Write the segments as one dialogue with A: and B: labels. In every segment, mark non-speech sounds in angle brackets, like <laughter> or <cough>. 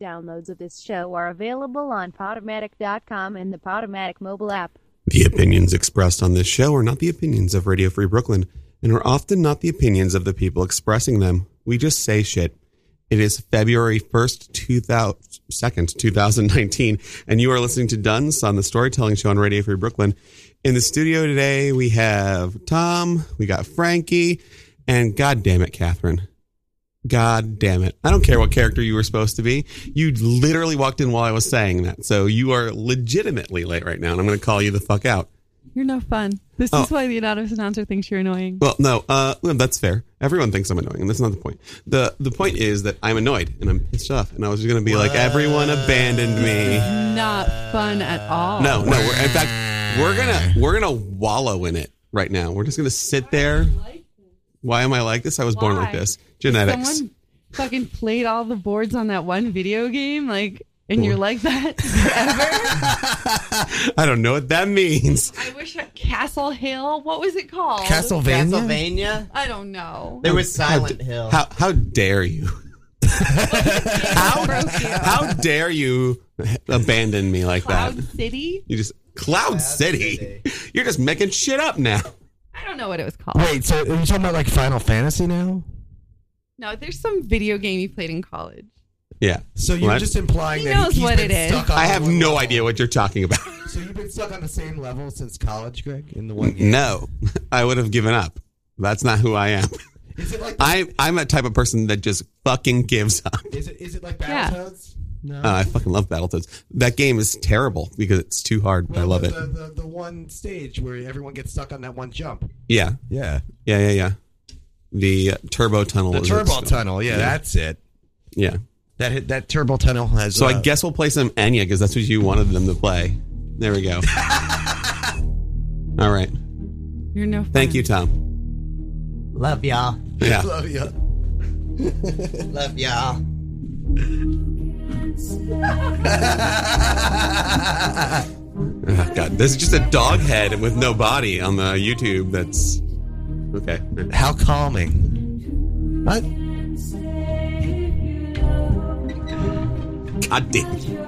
A: Downloads of this show are available on Podomatic.com and the Podomatic mobile app.
B: The opinions expressed on this show are not the opinions of Radio Free Brooklyn and are often not the opinions of the people expressing them. We just say shit. It is February 1st, 2000, 2nd, 2019, and you are listening to Duns on the Storytelling Show on Radio Free Brooklyn. In the studio today, we have Tom, we got Frankie, and God damn it, Catherine. God damn it. I don't care what character you were supposed to be. You literally walked in while I was saying that. So you are legitimately late right now, and I'm going to call you the fuck out.
C: You're no fun. This
B: Oh.
C: is why the anonymous announcer thinks you're annoying.
B: Well, no, uh, well, that's fair. Everyone thinks I'm annoying, and that's not the point. the The point is that I'm annoyed and I'm pissed off, and I was just going to be like, everyone abandoned me.
C: Not fun at all.
B: No, no. We're, in fact, we're gonna we're gonna wallow in it right now. We're just gonna sit there. Why am I like this? I was born like
C: Why?
B: this. Genetics. <laughs>
C: Someone fucking played all the boards on that one video game, like, and you're like that forever.
B: I don't know what that means.
C: I wish I, Castle Hill. What was it called?
D: Castlevania.
E: Pennsylvania.
C: I don't know.
E: There was
B: How
E: Silent
B: d-
E: Hill.
B: How how dare
C: <laughs>
B: you?
C: How?
B: How dare you abandon me like that?
C: Cloud City.
B: You just Cloud, City. <laughs> You're just making shit up now.
C: I don't know what it was called.
D: Wait, so are you talking about like Final Fantasy now?
C: No, there's some video game you played in college.
B: Yeah.
D: So you're
B: What?
D: just implying
C: He
D: that
C: knows
D: he's
C: what
D: been
C: it is.
D: stuck on
B: I have
D: one
B: no
D: level.
B: idea what you're talking about.
D: So you've been stuck on the same level since college, Greg? In the one game?
B: No, <laughs> I would have given up. That's not who I am. <laughs>
D: Is it like
B: I I'm a type of person that just fucking gives up.
D: is it is it like
C: Yeah.
D: Battletoads? No.
B: Uh, I fucking love Battletoads. That game is terrible because it's too hard, but I love
D: the,
B: it.
D: The, the, the one stage where everyone gets stuck on that one jump.
B: Yeah,
D: Yeah.
B: yeah, yeah, yeah. The uh, turbo tunnel.
D: The
B: is-
D: turbo tunnel. Yeah, that's it.
B: Yeah.
D: That hit, that turbo tunnel has.
B: So I
D: uh,
B: guess we'll play some Enya because that's what you wanted them to play. There we
D: <laughs>
B: go. All right.
C: You're no fun.
B: Thank you,
D: <laughs>
B: Tom.
E: Love y'all.
B: Yeah.
D: Love ya.
E: Love y'all.
B: Oh, God, there's just a dog head with no body on the YouTube. That's okay.
D: <laughs> How calming. What?
B: God damn. it.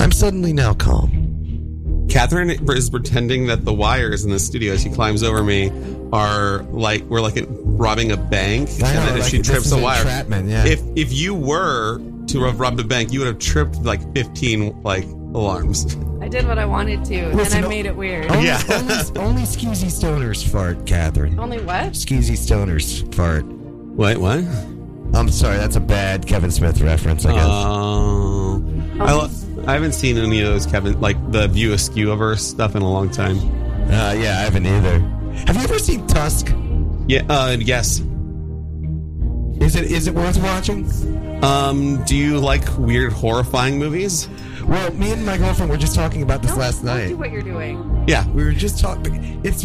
D: I'm suddenly now calm.
B: Catherine is pretending that the wires in the studio as she climbs over me are like we're like robbing a bank,
D: I know,
B: and then
D: like,
B: she
D: this
B: trips
D: is
B: a wire.
D: entrapment, yeah.
B: If if you were to have robbed a bank, you would have tripped like fifteen like alarms.
C: I did what I wanted to, and
D: Listen, Oh.
C: then I
D: no-
C: made it weird.
D: Only,
B: Yeah.
D: <laughs> only, only skeezy stoners fart, Catherine.
C: Only what?
D: Skeezy stoners fart.
B: Wait, what?
D: I'm sorry, that's a bad Kevin Smith reference, I guess.
B: Oh, Uh, I, lo- I haven't seen any of those Kevin like the View Askew of her stuff in a long time.
D: Uh, yeah, I haven't either. Have you ever seen Tusk?
B: Yeah. Uh, yes.
D: Is it is it worth watching?
B: Um. Do you like weird, horrifying movies?
D: Well, me and my girlfriend were just talking about this
C: Don't-
D: last
C: don't
D: night.
C: do what you're doing.
B: Yeah.
D: We were just talking. It's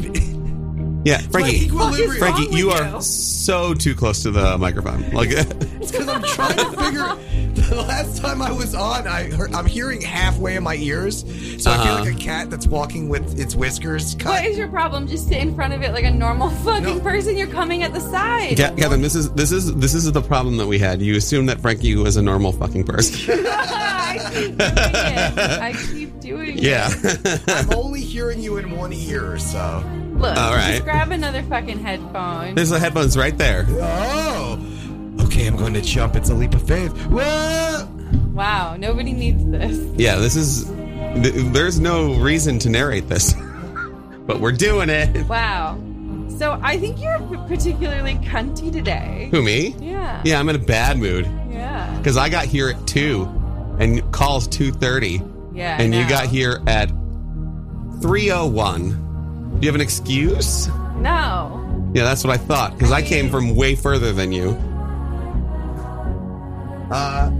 B: Yeah. Frankie.
C: fuck is wrong
B: Frankie,
C: with
B: you
C: you?
B: are so too close to the microphone. Like, <laughs>
D: it's because I'm trying to figure. <laughs> The last time I was on, I heard, I'm hearing halfway in my ears, so I feel
B: Uh-huh.
D: like a cat that's walking with its whiskers cut.
C: What is your problem? Just sit in front of it like a normal <laughs> fucking
D: No.
C: person. You're coming at the side.
B: Ke- Kevin, this is this is this is the problem that we had. You assumed that Frankie was a normal fucking person.
C: <laughs> I keep doing it. I keep doing it.
B: yeah. <laughs>
D: I'm only hearing you in one ear, so.
C: Look,
B: All right.
C: just grab another fucking headphone.
B: There's the headphones right there.
D: Oh, okay. I'm going to jump. It's a leap of faith. Whoa!
C: Wow, nobody needs this.
B: Yeah, this is th- there's no reason to narrate this. <laughs> but we're doing it. <laughs>
C: Wow. So I think you're p- particularly cunty today.
B: Who me?
C: Yeah.
B: Yeah, I'm in a bad mood
C: Yeah.
B: cuz I got here at 2 and calls 2:30
C: Yeah. I
B: and you
C: know.
B: got here at 301. Do you have an excuse?
C: No.
B: Yeah, that's what I thought cuz I came from way further than you.
D: Uh,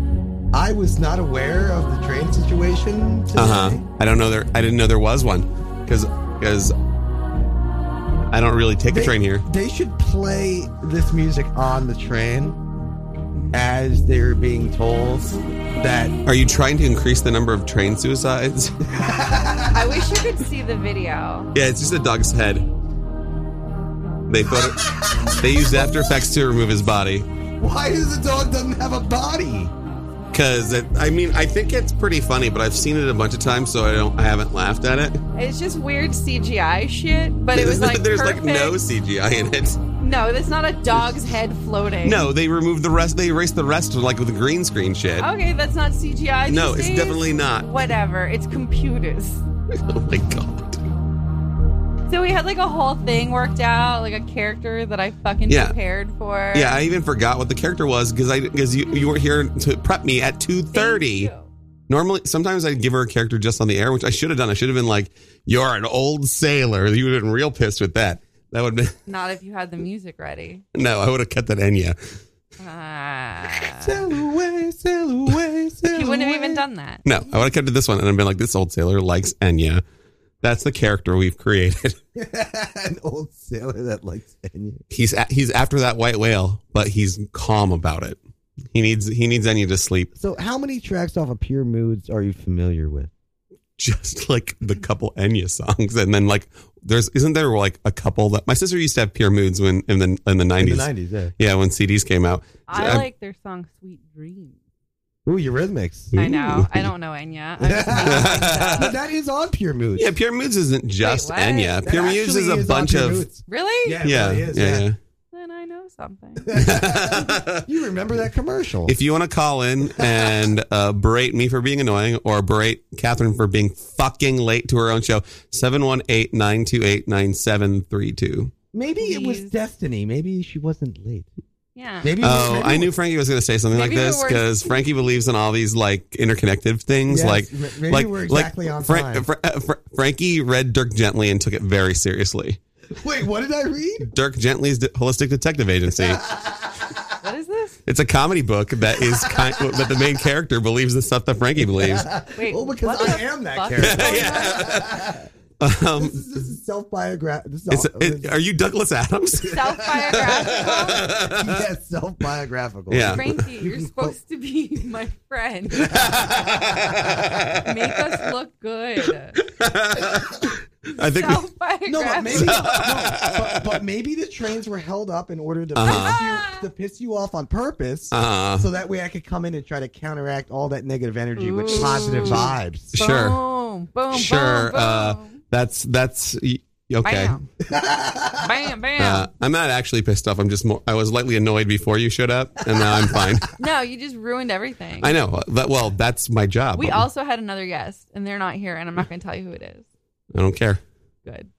D: I was not aware of the train situation. Today.
B: Uh huh. I don't know there. I didn't know there was one because because I don't really take a train here.
D: They should play this music on the train as they're being told that.
B: Are you trying to increase the number of train suicides? <laughs>
C: I wish you could see the video.
B: yeah, it's just a dog's head. They photo- they used After Effects to remove his body.
D: Why does the dog doesn't have a body?
B: Because I mean, I think it's pretty funny, but I've seen it a bunch of times, so I don't, I haven't laughed at it.
C: It's just weird CGI shit, but it was like
B: <laughs> there's
C: perfect.
B: like no CGI in it.
C: No, that's not a dog's head floating.
B: No, they removed the rest. They erased the rest of like with the green screen shit.
C: Okay, that's not CGI.
B: no,
C: these
B: it's
C: days.
B: definitely not. <laughs>
C: Whatever. It's computers.
B: Oh my god.
C: So we had like a whole thing worked out, like a character that I fucking
B: Yeah.
C: prepared for.
B: Yeah, I even forgot what the character was because I because you, you were here to prep me at two
C: Thank
B: thirty.
C: you.
B: Normally, sometimes I'd give her a character just on the air, which I should have done. I should have been like, "You're an old sailor." You would have been real pissed with that. That would be
C: Not if you had the music ready.
B: <laughs> no. I would have kept that Enya.
D: <laughs>
C: Ah.
D: Sail away, sail away, sail
C: <laughs> he wouldn't have
D: away.
C: even done that.
B: No, I would have kept it this one and I've been like, "This old sailor likes Enya." That's the character we've created.
D: <laughs> An old sailor that likes Enya.
B: He's a, he's after that white whale, but he's calm about it. He needs he needs Enya to sleep, <laughs>
D: So, how many tracks off of Pure Moods are you familiar with?
B: just like the couple Enya songs. And then like there's isn't there like a couple that my sister used to have pure moods when in the in the
D: In
B: nineties.
D: the 90s, yeah.
B: Yeah, when CDs came
D: <laughs>
B: out.
C: I
B: I'm-
C: like their song "Sweet Dreams."
B: <laughs>
D: Ooh, Eurythmics.
C: I know. I don't know
D: <laughs>
C: Enya. I just know it's,
D: but
C: uh,
D: that is on Pure Moods.
B: Yeah, Pure Moods isn't just
C: what?
B: Enya.
D: That
B: Pure Moods
D: actually
B: is a
D: on
B: bunch
D: Pure
B: of
D: Moods.
C: really?
D: Yeah, it
B: yeah,
D: really is,
B: yeah,
C: Then I know
D: <laughs>
C: something.
B: yeah. <laughs>
D: You remember that commercial?
B: If you want to call in and uh, berate me for being annoying or berate Catherine for being fucking late to her own show, 718 928 9732.
D: Maybe it was
C: Please.
D: destiny. Maybe she wasn't late.
C: Yeah.
D: Maybe.
B: Oh,
D: maybe-
B: I knew Frankie was going to say something like
C: Maybe we
B: this
C: were-
B: because Frankie believes in all these like interconnected things.
D: Yes,
B: like,
D: m- maybe
B: like,
D: we're
B: like
D: exactly on
B: Fra-
D: time.
B: Fra- uh, Fra- Frankie read Dirk Gently and took it very seriously.
D: Wait, what did I read?
B: Dirk Gently's De- Holistic Detective
D: <laughs>
B: Agency.
C: What is this?
B: It's a comedy book that is kind, that the main character believes the stuff that Frankie
D: <laughs>
B: believes.
C: Wait.
D: Well, Oh, because
C: what
D: I
C: the
D: am that
C: fuck?
B: <laughs>
D: character. <laughs>
B: Um,
D: This is, this is self-biographical. This
B: it's,
D: is all-
B: it, are you Douglas
D: <laughs>
B: Adams?
C: Self-biographical.
D: yes, self-biographical.
B: Yeah.
C: Frankie, you're supposed to be my friend.
D: <laughs>
C: Make us look good.
B: <laughs> I think
C: <laughs>
B: we-
C: Self-biographical.
D: No, but maybe, no, but, but maybe the trains were held up in order to,
B: Uh-huh.
D: piss, you, to piss you off on purpose,
B: Uh,
D: so that way I could come in and try to counteract all that negative energy with
C: Ooh.
D: positive vibes.
B: sure,
C: Boom, boom,
B: sure.
C: boom, boom.
B: Uh, that's that's y- okay.
D: <laughs>
C: Bam. bam, bam.
B: Uh, I'm not actually pissed off. I'm just more. I was lightly annoyed before you showed up, and now I'm fine.
C: no, you just ruined everything.
B: I know. That, well, that's my job.
C: We also had another guest, and they're not here, and I'm not going to tell you who it is.
B: I don't care.
C: Good.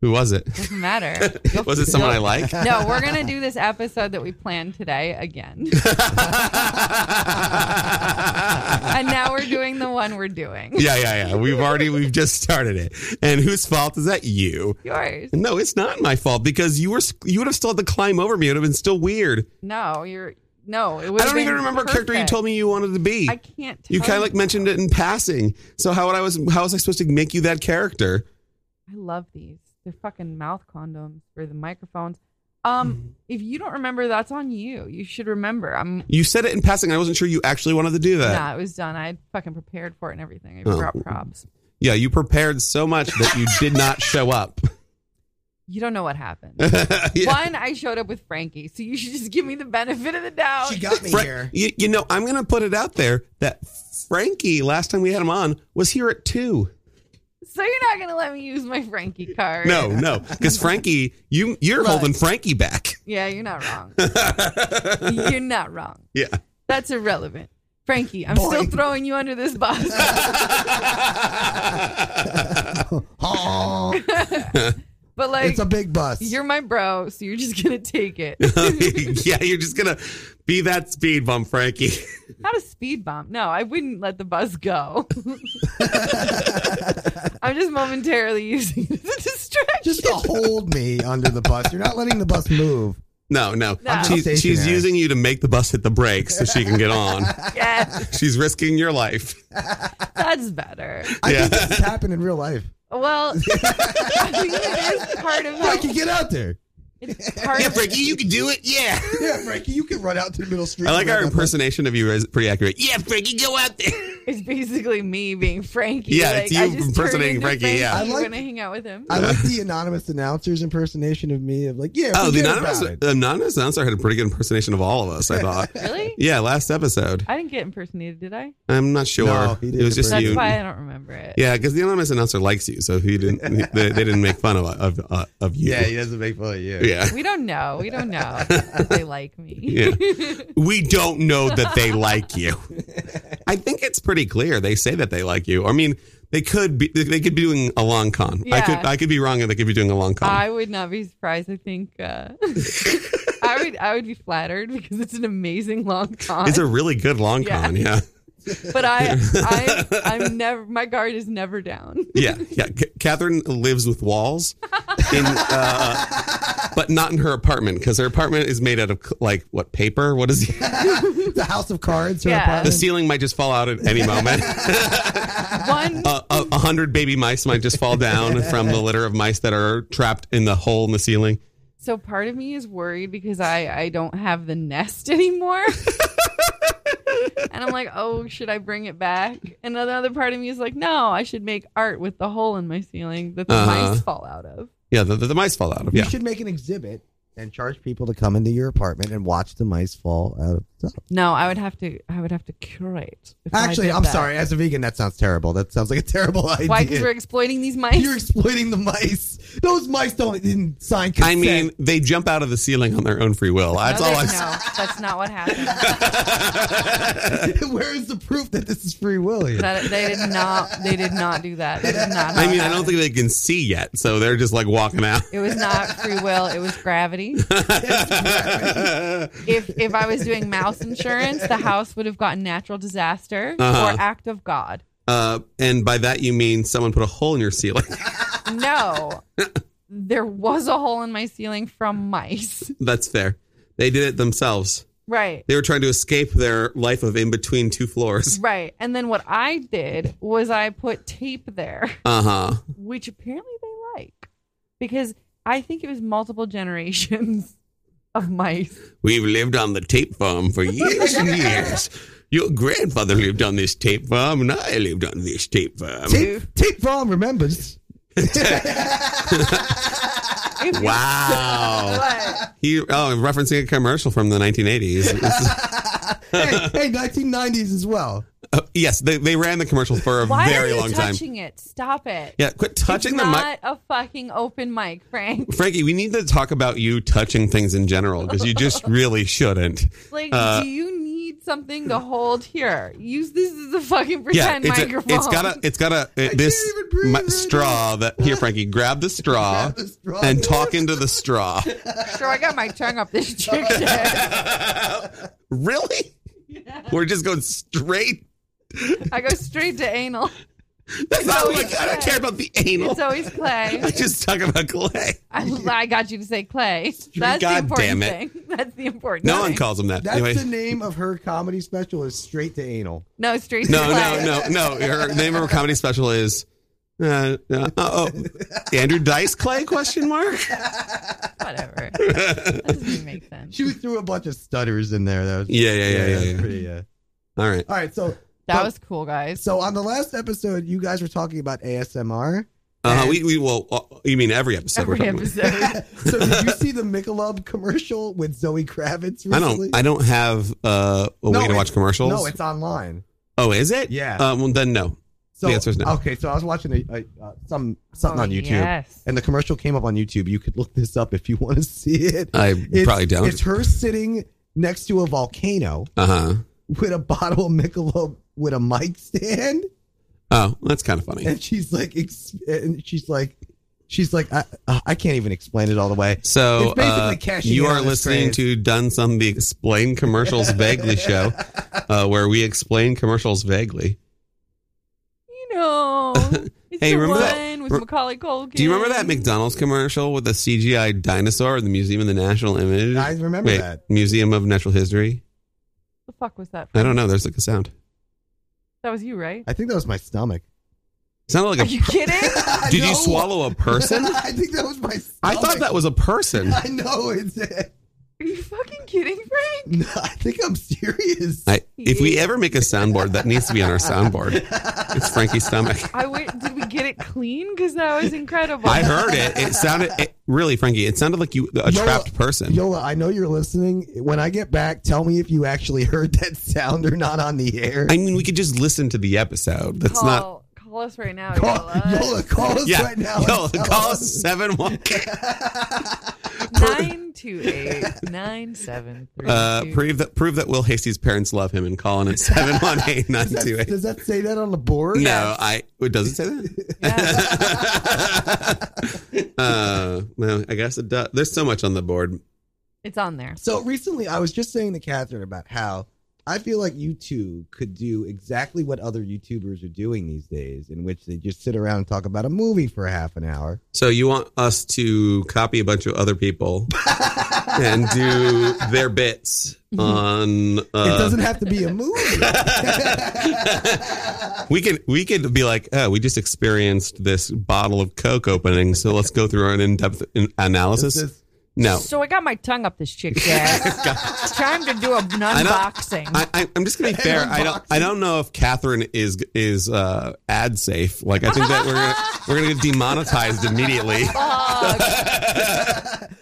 B: Who was it?
C: Doesn't matter.
D: <laughs>
C: Go-
B: Was it someone
C: go-
B: I like?
C: No, we're going to do this episode that we planned today
B: <laughs>
C: again.
B: yeah,
C: and now we're doing the one
B: <laughs>
C: we're doing.
B: yeah, yeah. We've already we've just started it. And whose fault is that? You.
C: Yours.
B: No, it's not my fault because you were you would have still had to climb over me. It would have been still weird.
C: No, you're. No, it
B: I
C: was.
B: don't even remember what character you told me you wanted to be.
C: I can't. Tell
B: you kind of like mentioned it in passing. So how would I was how was I supposed to make you that character?
C: I love these. They're fucking mouth condoms for the microphones.
D: Mm-hmm.
C: Um, if you don't remember, that's on you. You should remember. I'm.
B: You said it in passing. I wasn't sure you actually wanted to do that.
C: nah, it was done. I had fucking prepared for it and everything. I
B: Oh.
C: brought props.
B: Yeah, you prepared so much that you did not show up.
C: You don't know what
D: <laughs>
C: happened.
B: Yeah.
C: One, I showed up with Frankie, so you should just give me the benefit of the doubt.
D: She got me
B: Fra- <laughs>
D: here.
B: you, you know, I'm going to put it out there that Frankie, last time we had him on, was here at two.
C: so you're not gonna let me use my Frankie card.
B: No, no, because Frankie, you you're holding Frankie back. <laughs>
C: Yeah, you're not
D: <laughs>
C: wrong. you're not wrong.
B: Yeah, <laughs>
C: That's irrelevant. Frankie, I'm still throwing you under this bus.
D: <laughs> Oh,
C: but like
D: it's a big bus.
C: you're my bro, so you're just gonna take it.
D: <laughs>
B: yeah, you're just gonna be that speed bump, Frankie.
C: Not a speed bump. No, I wouldn't let the bus
D: <laughs>
C: go. I'm just momentarily using it as a distraction.
D: just
C: <laughs>
D: to hold me under the bus. You're not letting the bus move.
B: No, no,
C: No.
B: she's she's
D: Stationary.
B: using you to make the bus hit the brakes so she can get <laughs> on.
C: Yeah,
B: She's risking your life.
C: that's better.
D: I
B: Yeah.
D: think this
C: <laughs>
D: has happened in real life.
C: Well, I mean, it is part of how
B: <laughs>
D: Frankie, get out there.
C: It's part
B: Yeah, Frankie, you can do it. Yeah.
D: Yeah, Frankie, you can run out to the middle street.
B: I like
D: and
B: our
D: run that-
B: impersonation of you is pretty accurate. Yeah, Frankie, go out there.
C: It's basically me being Frankie.
B: Yeah,
C: like,
B: it's you
C: I just
B: impersonating
C: turned into
B: Frankie, yeah.
D: I
C: I'm
D: like-
C: gonna hang out with him.
D: I like the anonymous announcer's impersonation of me of like, yeah.
B: <laughs> Oh, the
D: forget
B: anonymous,
D: about it.
B: the anonymous announcer had a pretty good impersonation of all of us, I thought.
C: really?
B: yeah, last episode.
C: I didn't get impersonated, did I?
B: I'm not sure.
D: No, he
B: it was
D: didn't
B: just
C: That's
B: you.
C: why I don't remember it.
B: Yeah, because the anonymous announcer likes you, so he didn't. They, they didn't make fun of of uh, of you.
D: Yeah, he doesn't make fun of you.
B: yeah.
C: We don't know. We
B: <laughs>
C: don't know if they like me.
B: Yeah.
C: <laughs>
B: We don't know that they like you. I think it's pretty clear. They say that they like you. I mean, they could be. They could be doing a long con. I could.
C: Yeah.
B: I could be wrong, and they could be doing a long con.
C: I would not be surprised. I think uh, <laughs> I would. I would be flattered because it's an amazing long con.
B: it's a really good long
C: Yeah.
B: con. Yeah.
C: but I, I, I'm never. My guard is never down.
B: Yeah, yeah. C- Catherine lives with walls, in, uh, but not in her apartment because her apartment is made out of c- like what paper? What is it?
D: the House of Cards. Her
C: Yeah.
B: the
D: apartment.
B: ceiling might just fall out at any moment. <laughs>
C: One.
B: A, a, a hundred baby mice might just fall down from the litter of mice that are trapped in the hole in the ceiling.
C: So part of me is worried because I, I don't have the nest <laughs> anymore. and I'm like, oh, should I bring it back? And another part of me is like, no, I should make art with the hole in my ceiling that the
B: Uh-huh.
C: mice fall out of.
B: Yeah, the, the, the mice fall out of.
D: You
B: Yeah,
D: should make an exhibit and charge people to come into your apartment and watch the mice fall out of the top.
C: No, I would have to I would have to curate. if I
D: Actually,
C: did
D: I'm
C: that.
D: sorry. As a vegan, that sounds terrible. That sounds like a terrible idea.
C: Why? Because we're exploiting these mice.
D: You're exploiting the mice. Those mice don't didn't sign
B: I
D: consent.
B: mean they jump out of the ceiling on their own free will. That's
C: no,
B: all
C: they-
B: I.
C: no, that's not what happened.
B: uh,
D: <laughs> where is the proof that this is free will? Here?
C: That, they did not. They did not do that. That is
B: <laughs>
C: not.
B: I
C: how
B: mean,
C: it
B: I don't think they can see yet, so they're just like walking out.
C: It was not free will. It was
B: <laughs>
C: gravity. if if I was doing mouse insurance, the house would have gotten natural disaster
B: Uh-huh.
C: or act of God.
B: Uh, and by that you mean someone put a hole in your ceiling. <laughs>
C: No, there was a hole in my ceiling from mice.
B: That's fair. They did it themselves.
C: Right.
B: They were trying to escape their life of in between two
C: <laughs>
B: floors.
C: Right. And then what I did was I put tape there,
B: Uh huh.
C: which apparently they like because I think it was multiple <laughs> generations of mice.
B: We've lived on the tape farm for years
C: <laughs>
B: and years. Your grandfather lived on this tape farm, and I lived on this tape farm.
D: Tape, tape
B: <laughs>
D: Farm remembers.
C: If you-
B: Wow.
C: <laughs> What?
B: He, oh, referencing a commercial from the 1980s.
D: hey, hey, 1990s as well.
B: Uh, yes, they, they ran the commercial for a
C: Why
B: very
C: are you
B: long time.
C: touching it? Stop it.
B: Yeah, quit touching
C: it's
B: the mic.
C: not a fucking open mic,
B: <laughs>
C: Frank.
B: Frankie, we need to talk about you touching things in general because you just
C: <laughs>
B: really shouldn't.
C: Like,
B: Uh,
C: do you need something to hold here? Use this as a
B: Yeah,
C: fucking pretend
B: it's, a,
C: microphone.
B: it's got
C: <laughs>
B: a it's got a it- this
D: even breathe
B: mi-
D: right now.
B: straw that here, Frankie, grab the straw
D: <laughs> Grab the straw.
B: and talk into the
D: <laughs>
B: straw.
C: Sure, I got my tongue
B: <laughs>
C: up this chick's ass.
B: really? We're just going straight.
C: I go straight to anal.
B: That's not
C: always
B: like <laughs> I don't
C: clay.
B: care about the anal.
C: It's always clay.
B: I just talk about clay.
C: I, I got you to say clay. That's the
B: God
C: important
B: damn it.
C: thing. <laughs> That's the important.
B: No
C: thing.
B: one calls him that.
D: That's
B: Anyway.
D: the name of her comedy special is Straight to Anal.
C: No straight
B: no,
C: to clay.
B: no, no, no. Her name of her comedy special is. Uh, uh, oh, Andrew Dice Clay? Question mark. <laughs>
C: Whatever. That doesn't even make
B: <laughs>
C: sense.
D: She threw a bunch of stutters in there. That was
B: Yeah, yeah, yeah, yeah,
D: that's
B: yeah.
D: Pretty, uh,
B: All right.
D: All right, so
C: That was cool, guys.
D: so on the last episode, you guys were talking about ASMR.
B: Uh, we we well, uh, you mean every episode? we're
C: Every
B: talking about. <laughs>
C: episode.
D: <laughs> So did you see the Michelob commercial with Zoe Kravitz? Recently?
B: I don't. I don't have uh, a
D: No,
B: way to
D: it's-
B: watch commercials.
D: No, it's online.
B: oh, is it?
D: Yeah.
B: Um, well, then no.
D: So
B: The answer is no.
D: Okay, so I was watching a, a, uh, some something
C: Oh,
D: on YouTube,
C: yes.
D: and the commercial came up on YouTube. You could look this up if you want to see it.
B: I Uh, probably don't.
D: It's her sitting next to a volcano
B: Uh huh.
D: with a bottle of Michelob with a mic stand,
B: Oh, that's kind of funny.
D: and she's like, ex- and she's like, she's like, I, uh, I can't even explain it all the way.
B: So
D: It's basically
B: uh,
D: cashing
B: you
D: in
B: are
D: on this
B: listening
D: craze.
B: to Done Some the Explain Commercials Vaguely show, uh, where we explain commercials vaguely. <laughs>
C: You know, it's
B: Hey,
C: the
B: remember that-
C: one with
B: re-
C: Macaulay Culkin.
B: Do you remember that McDonald's commercial with the CGI dinosaur in the Museum of the National Image?
D: I remember
B: Wait,
D: that.
B: Museum of Natural History.
C: The fuck was that?
B: I don't know. There's like a sound.
C: That was you, right?
D: I think that was my stomach.
B: sounded like
C: Are
B: a.
C: you kidding?
B: Did you
D: <laughs> No.
B: swallow a person?
D: <laughs> I think that was my.
B: I thought that was a person.
D: I know it's.
C: Are you fucking kidding, Frank?
D: No, I think I'm serious.
B: I, if we ever make a soundboard, that needs to be on our soundboard. It's Frankie's stomach.
C: I wait. Did we get it clean? Because that was incredible.
B: I heard it. It sounded it, really, Frankie. It sounded like you a
D: You know
B: trapped
D: what?
B: person.
D: Yola, I know you're listening. When I get back, tell me if you actually heard that sound or not on the air.
B: I mean, we could just listen to the episode. That's
C: call,
B: not.
C: call us right now. Uh,
D: call,
C: Yola.
D: Yola, call us
B: Yeah,
D: Oh. right now. and
B: Yo,
D: tell
B: call
D: us.
B: us seven one.
C: Nine two eight nine seven three.
B: Uh,
C: two.
B: prove that prove that Will Hasty's parents love him and call in
D: <laughs>
B: at seven one eight nine
D: Does
B: two
D: that,
B: eight.
D: does that say that on the board?
B: No, I. It doesn't say
C: Yeah.
B: <laughs>
D: <laughs>
B: that. uh, no, I guess it does. There's so much on the board.
C: It's on there.
D: So recently, I was just saying to Catherine about how I feel like you two could do exactly what other YouTubers are doing these days, in which they just sit around and talk about a movie for half an hour.
B: So you want us to copy a bunch of other
D: <laughs>
B: people and do their bits on? Uh,
D: Mm-hmm. it doesn't have to be
B: <laughs>
D: a movie.
B: we could we could be like, oh, we just experienced this bottle of Coke opening, so let's go through an in-depth in- analysis.
D: This is-
B: no,
C: So I got my tongue up this
B: <laughs>
C: chick's ass. it's time to do an unboxing.
B: I, I, I'm just gonna be fair. I don't I don't know if Catherine is is uh, ad safe. Like I think that we're gonna,
D: <laughs>
B: we're gonna get demonetized immediately.
C: Fuck.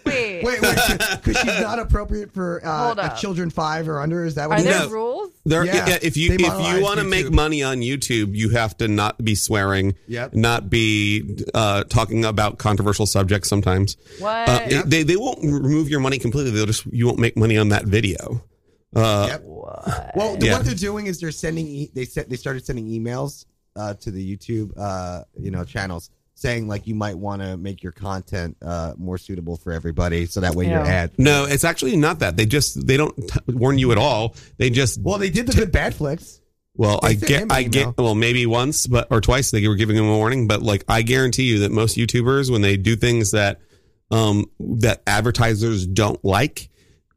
C: Wait,
D: wait,
B: <laughs>
D: wait, because she's not appropriate for uh,
C: Hold
D: a
C: up.
D: children five or under. Is that what
C: are
D: it
C: there
B: No.
D: is?
C: rules?
B: There,
D: Yeah,
B: yeah, if you
D: they
B: if you
D: monetize
B: want to make
D: YouTube.
B: money on YouTube, you have to not be swearing,
D: Yep.
B: not be uh, talking about controversial subjects. Sometimes
C: What?
B: uh, it- they they won't remove your money completely. They'll just you won't make money on that video. Uh,
D: Yep. Well, the-
B: Yeah.
D: what they're doing is they're sending e- they sent they started sending emails uh, to the YouTube uh, you know channels saying like you might want to make your content uh, more suitable for everybody so that way your
C: Yeah.
D: ad.
B: No, it's actually not that. They just they don't t- warn you at all. They just
D: Well, they did the good bad flicks.
B: Well,
D: They
B: I
D: sent him
B: get,
D: an
B: I
D: email.
B: get, well, maybe once, but or twice they were giving him a warning. But like, I guarantee you that most YouTubers, when they do things that, um, that advertisers don't like,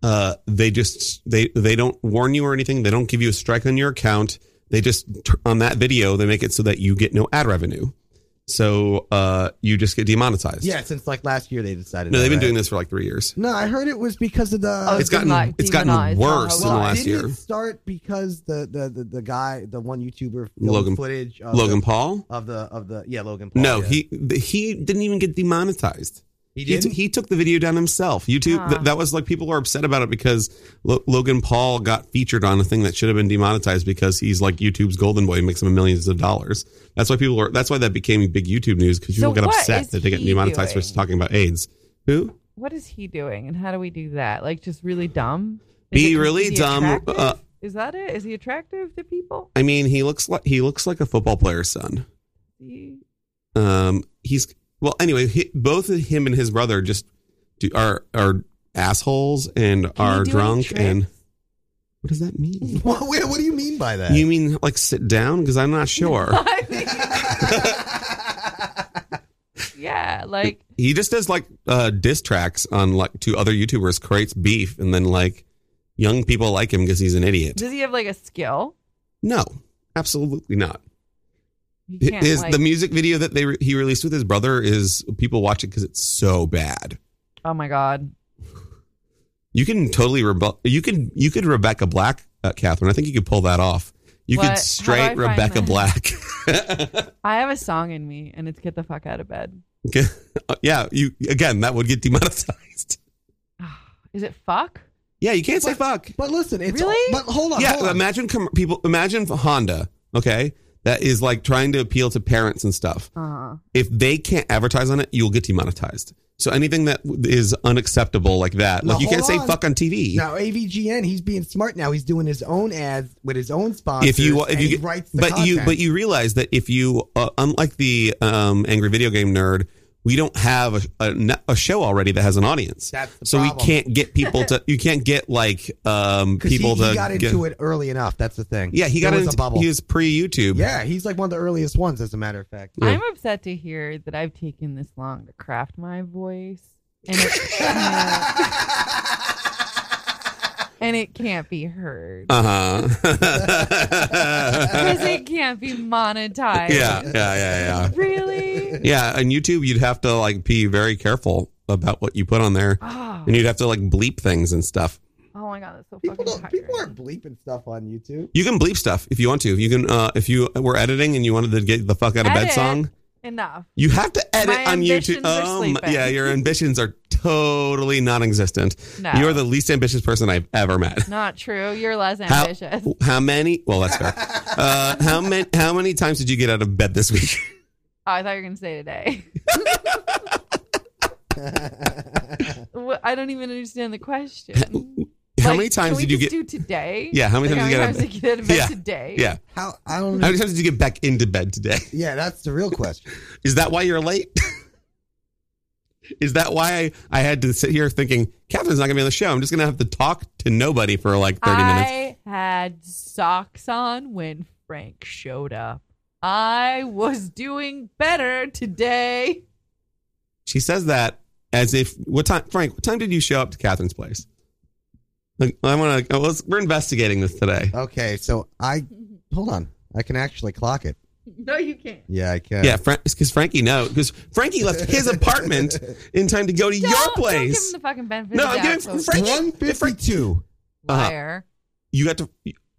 B: uh, they just they they don't warn you or anything. They don't give you a strike on your account. They just t- on that video they make it so that you get no ad revenue, so uh, you just get demonetized.
D: Yeah, since like last year they decided.
B: No, they've been
D: that,
B: doing
D: right?
B: this for like three years.
D: No, I heard it was because of the.
C: Oh,
B: It's gotten
C: Demoni-
B: it's gotten
C: demonized.
B: worse in the
C: Well,
B: last
D: didn't
B: year.
D: it start because the the the, the guy the one YouTuber filmed
B: Logan-
D: footage of
B: Logan
D: the,
B: Paul.
D: of the of the yeah Logan Paul.
B: No,
D: Oh, yeah.
B: he he didn't even get demonetized.
D: he
B: He,
D: did.
B: t- he took the video down himself. YouTube,
C: Ah.
B: th- that was like people were upset about it because Lo- Logan Paul got featured on a thing that should have been demonetized because he's like YouTube's golden boy and makes him millions of dollars. That's why people were, that's why that became big YouTube news because people
C: So
B: got
C: what
B: upset
C: is
B: that they got
C: he
B: demonetized
C: doing?
B: for talking about AIDS. Who?
C: What is he doing, and how do we do that? Like, just really dumb. Is
B: Be
C: it- is
B: really
C: he
B: dumb,
C: attractive?
B: uh,
C: is that it? Is he attractive to people?
B: I mean, he looks like, he looks like a football player's son.
C: He-
B: Um, he's, well, anyway, he, both of him and his brother just do, are, are assholes and
C: Can he
B: are
C: do any
B: drunk. And
C: tricks?
B: what does that mean?
D: <laughs> what, wait, what do you mean by that? <laughs>
B: You mean like sit down? Because I'm not sure.
C: <laughs> I mean- yeah, like
B: he just does like uh, diss tracks on like to other YouTubers, creates beef, and then like young people like him because he's an idiot.
C: does he have like a skill?
B: No, absolutely not.
C: He can't,
B: His,
C: like-
B: the music video that they re- he released with his brother is people watch it because it's so bad.
C: oh my god,
B: You can totally Rebe- you can you could Rebecca Black, uh, Catherine. I think you could pull that off. You
C: What? How
B: could
C: do I
B: straight
C: find
B: Rebecca
C: that?
B: Black. <laughs>
C: I have a song in me, and it's get the fuck out of bed.
B: Okay. yeah, you again that would get demonetized. <laughs>
C: Is it fuck?
B: Yeah, you can't say
D: What?
B: fuck.
D: But listen, it's
C: Really?
D: But hold on,
B: yeah,
D: hold on.
B: imagine com- people. Imagine Honda. Okay, that is like trying to appeal to parents and stuff.
C: Uh,
B: If they can't advertise on it, you'll get demonetized. So anything that w- is unacceptable like that,
D: Now,
B: like you can't
D: hold
B: say
D: on.
B: fuck on TV.
D: Now AVGN, he's being smart. Now he's doing his own ads with his own sponsors.
B: if you if
D: and
B: you
D: he
B: get-
D: writes the
B: but you
D: content.
B: but you realize that if you uh, unlike the um, angry video game nerd, we don't have a, a, ne- a show already that has an audience.
D: That's the
B: so we
D: problem.
B: can't get people to. You can't get like um,
D: <laughs> 'Cause he-
B: people
D: he,
B: to
D: got
B: get-
D: into it early enough. That's the thing.
B: Yeah, he got
D: There
B: into.
D: was a bubble.
B: He was pre YouTube.
D: yeah, he's like one of the earliest ones, as a matter
B: <laughs>
D: of fact.
B: Yeah.
C: I'm upset to hear that I've taken this long to
B: <laughs>
C: craft my voice. And it, and it can't be heard <laughs>
B: Uh huh.
C: because it can't be monetized.
B: yeah, yeah, yeah, yeah. <laughs>
C: Really?
B: Yeah, on YouTube, you'd have to like be very careful about what you put on there,
C: Oh,
B: and you'd have to like bleep things and stuff.
C: oh my god, that's so
D: People
C: fucking
D: don't, people
C: tiring.
D: aren't bleeping stuff on YouTube.
B: You can bleep stuff if you want to. You can uh, if you were editing and you wanted to get the fuck out of bed
C: Edit.
B: song.
C: Enough.
B: You have to edit
C: My
B: on YouTube.
C: ambitions are
B: m-
C: sleeping.
B: yeah, your ambitions are totally non-existent.
C: No,
B: You are the least ambitious person I've ever met.
C: not true. You're less
B: How-
C: ambitious. Oh,
B: How many? Well, that's fair. Uh, how many? How many times did you get out of bed this week? <laughs>
C: Oh, I thought you were gonna say today. <laughs> Wha- I don't even understand the question.
B: How
C: Like,
B: many times
C: can we
B: did you get?
C: just do today?
B: yeah, how many times
C: Like, how
B: did you
C: many
B: get out
C: times
B: of
C: did
B: bed?
C: you get out of bed
B: Yeah.
C: today?
B: Yeah,
D: <laughs> How I don't
B: how
D: know.
B: many times did you get back into bed today? <laughs>
D: Yeah, that's the real question.
B: Is that why you're late? <laughs> Is that why I, I had to sit here thinking Catherine's not gonna be on the show? I'm just gonna have to talk to nobody for like 30 minutes.
C: I had socks on when Frank showed up. I was doing better today. <laughs>
B: She says that as if what time, Frank? What time did you show up to Catherine's place? Like, I want to. Well, we're investigating this today.
D: Okay, so I hold on. I can actually clock it.
C: No, you can't.
D: Yeah, I can.
B: Yeah, because Frankie no, because Frankie left his apartment in time to go to
C: Don't-
B: your
C: don't
B: place.
C: give him the fucking benefit
B: No,
C: of the
B: I'm
C: doubt,
B: giving
C: so
B: Frank-
D: One fifty-two.
B: Uh-huh.
C: liar. <laughs>
B: You got to.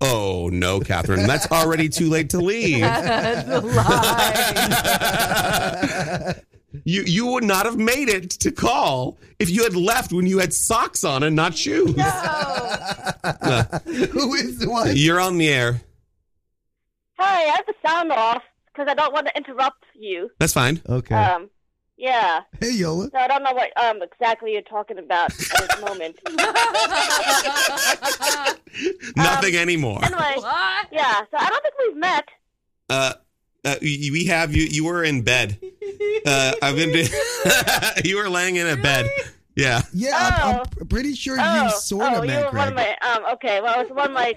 B: Oh no, Catherine, that's already too late to
C: <laughs>
B: leave.
C: That's a lie.
D: <laughs>
B: you you would not have made it to call if you had left when you had socks on and not shoes.
C: No.
B: Oh.
D: Who is the one?
B: You're on the air.
F: Hi, I have the sound off because I don't want to interrupt you.
B: That's fine.
D: Okay.
F: Um, yeah.
D: hey Yola.
F: So I don't know what um exactly you're talking about at this moment.
C: Um,
B: Nothing anymore.
F: Anyway,
C: What?
F: yeah. So I don't think we've met.
B: Uh, uh, y- we have you. You were in
C: <laughs>
B: bed. Uh, I've been. <laughs> you were laying in a bed. Yeah.
D: Yeah, I'm, I'm
F: Oh.
D: pr- pretty sure
F: oh,
D: you sort
F: oh,
D: of
F: you
D: met
F: were one of
D: Greg.
F: my um. Okay, well, it was one of my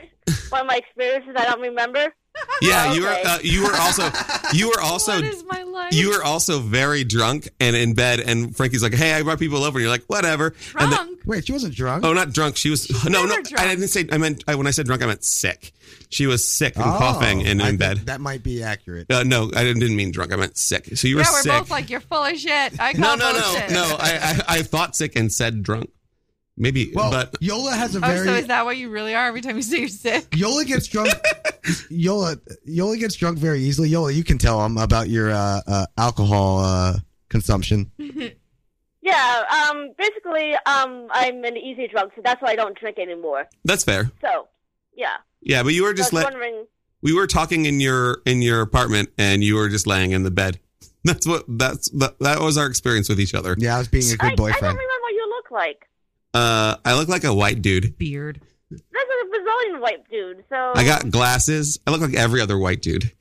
F: one of my experiences I don't remember.
B: Yeah. You were.
F: Okay.
B: Uh, you were also. You were also.
C: <laughs> what is my life?
B: You were also very drunk and in bed. And Frankie's like, "Hey, I brought people over." And you're like, "Whatever." And the-
C: drunk.
D: Wait, she wasn't drunk.
B: Oh, not drunk. She was no, no.
C: never drunk.
B: I didn't say. I meant I, when I said drunk, I meant sick. She was sick and
D: Oh,
B: coughing and
D: I
B: in
D: think
B: bed.
D: That might be accurate.
B: Uh, no, I didn't, didn't mean drunk. I meant sick. So you were
C: yeah, we're
B: sick.
C: both like you're full of shit. I
B: no,
C: call
B: no, no,
C: bullshit. Oh,
B: no. I, I I thought sick and said drunk. Maybe,
D: Well,
B: but
D: Yola has a
C: Oh,
D: very
C: so is that what you really are every time you say you're sick?
D: Yola gets drunk. Yola Yola gets drunk very easily. Yola, you can tell him about your uh, uh, alcohol uh, consumption.
F: Yeah. Um. Basically, um, I'm an easy drug, so that's why I don't drink anymore.
B: that's fair.
F: So, yeah.
B: Yeah, but you were
F: So
B: just
F: I
B: let.
F: was wondering.
B: We were talking in your in your apartment, and you were just laying in the bed. <laughs> That's what that's that, that was our experience with each other.
D: Yeah, I was being a
F: I,
D: good
F: I don't
D: boyfriend.
F: remember what you look like.
B: Uh, I look like a white dude.
C: Beard.
F: That's a Brazilian white dude. So
B: I got glasses. I look like every other white dude.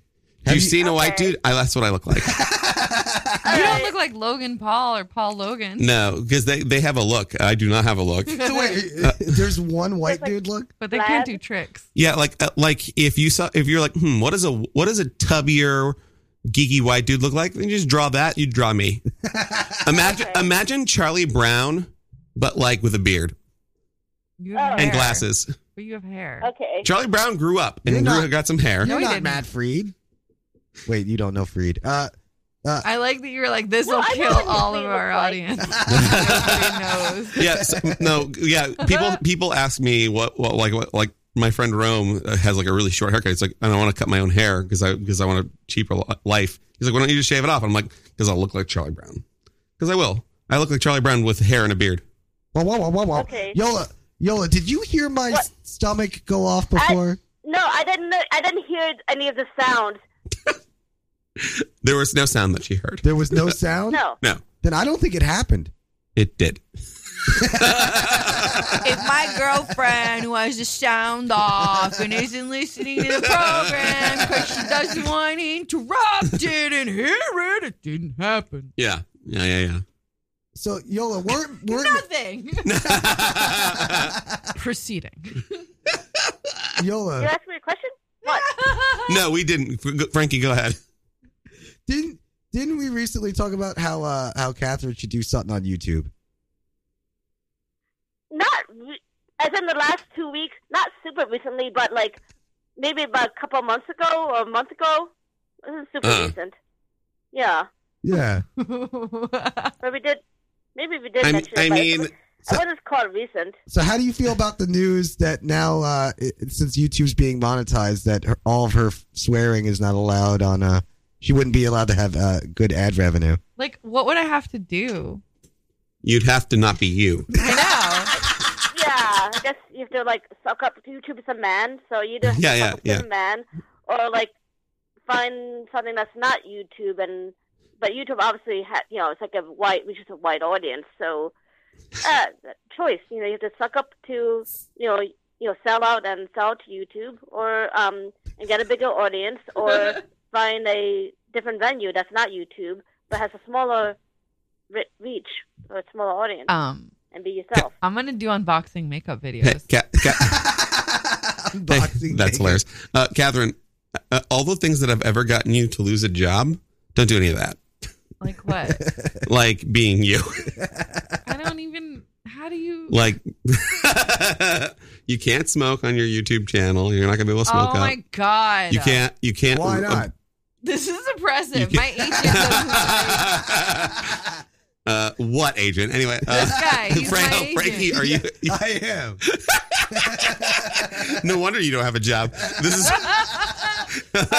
D: Have
B: You've
D: you-
B: seen a white
F: Okay.
B: dude? I, that's what I look like.
C: You
F: All
C: don't
F: right.
C: look like Logan Paul or Paul Logan.
B: No, because they, they have a look. I do not have a look.
D: So wait, uh, there's one white
F: like-
D: dude.
F: <laughs>
D: Look, <laughs>
C: But they can't
F: Lad.
C: do tricks.
B: Yeah, like uh, like if you saw if you're like, hmm, what is a what is a tubbier, geeky white dude look like? Then you just draw that. You draw me. Imagine
F: Okay.
B: imagine Charlie Brown, but like with a beard
C: You have
F: Oh.
B: and
C: hair.
B: glasses.
C: But you have hair.
F: Okay.
B: Charlie Brown grew up and
D: You're
B: grew,
D: not-
B: got some
D: <laughs>
B: hair.
C: No,
D: you're
C: he
D: not
C: didn't.
D: Matt Freed. Wait, you don't know Freed. <laughs> Uh,
C: I like that you're like, this
F: No,
C: will
F: I know
C: kill
F: what you
C: all of
F: look
C: our
F: like.
C: audience.
B: <laughs>
C: Everybody knows.
B: yeah, so, no, yeah. People people ask me what, what like what, like my friend Rome uh, has like a really short haircut. It's like I don't want to cut my own hair because I because I want a cheaper li- life. He's like, why don't you just shave it off? I'm like, because I look like Charlie Brown. Because I will. I look like Charlie Brown with hair and a beard.
D: whoa, whoa, whoa, whoa, whoa.
F: Okay.
D: Yola, Yola, did you hear my
F: What?
D: stomach go off before?
F: No, I didn't. know- I didn't hear any of the sounds.
B: There was no sound that she heard.
D: there was
F: <laughs>
D: no sound.
F: No.
B: No,
D: Then I don't think it happened.
B: it did. <laughs>
C: If my girlfriend was to sound off and isn't listening to the program because she doesn't want to interrupt it and hear it, it didn't happen.
B: Yeah, yeah, yeah,
D: So Yola, weren't weren't
C: Nothing. <laughs>
B: yeah. <laughs>
C: Proceeding.
B: Uh.
F: You
D: Yola
F: asked me a question. What?
B: no, we didn't. Fr- Frankie, go ahead.
D: didn't didn't we recently talk about how uh
F: Oh,
D: how Catherine should do something on YouTube?
F: Not. re- as in the last two weeks, not super recently, but like maybe about a couple months ago or a month ago. This is super
B: Uh.
F: recent. Yeah,
D: Yeah.
F: but we did. Maybe we did.
B: I m-
F: mention it,
B: I
F: but
B: mean-
F: I wouldn't call it recent.
D: So how do you feel about the news that now, uh, it, since YouTube's being monetized, that her, all of her swearing is not allowed on? Uh, she wouldn't be allowed to have uh, good ad revenue.
C: <laughs> like, what would I have to do?
B: You'd have to not be you.
C: I
F: Yeah, I guess you have to like suck up. YouTube is a man, so you do have
B: Yeah,
F: to
B: yeah,
F: suck up to
B: yeah.
F: a man, or like find something that's not YouTube and. But YouTube obviously had, you know, it's like a white, which is a white audience, so uh, that choice. You know, you have to suck up to, you know, you know, sell out and sell to YouTube, or um, and get a bigger audience, or find a different venue that's not YouTube but has a smaller re- reach or a smaller audience,
B: Uh,
C: know. Um,
F: and be yourself.
C: I'm gonna do unboxing makeup
B: Hey, <laughs>
C: videos.
B: Ca- Ca-
D: <laughs> Unboxing
B: <laughs> That's
D: video.
B: hilarious. Uh, Catherine, uh, all the things that I've ever gotten you to lose a job, don't do any of
D: <laughs>
B: that.
C: Like what?
B: Like being you. <laughs>
C: I don't even. How do you?
B: Like, <laughs> you can't smoke on your YouTube channel. You're not going to be able to smoke
C: oh my
B: up.
C: god!
B: You can't. You can't.
D: <laughs>
B: um,
D: Why
B: <laughs>
D: not?
C: This is
B: You
C: oppressive.
B: can't-
C: My agent doesn't.
B: <laughs>
C: like-
B: uh, what agent? Anyway, uh,
C: This guy, he's
B: Frank-
C: my agent.
B: Frankie, are you?
D: <laughs> I am.
B: <laughs> No wonder you don't have a job. This
C: <laughs>
B: is. <laughs>
C: Are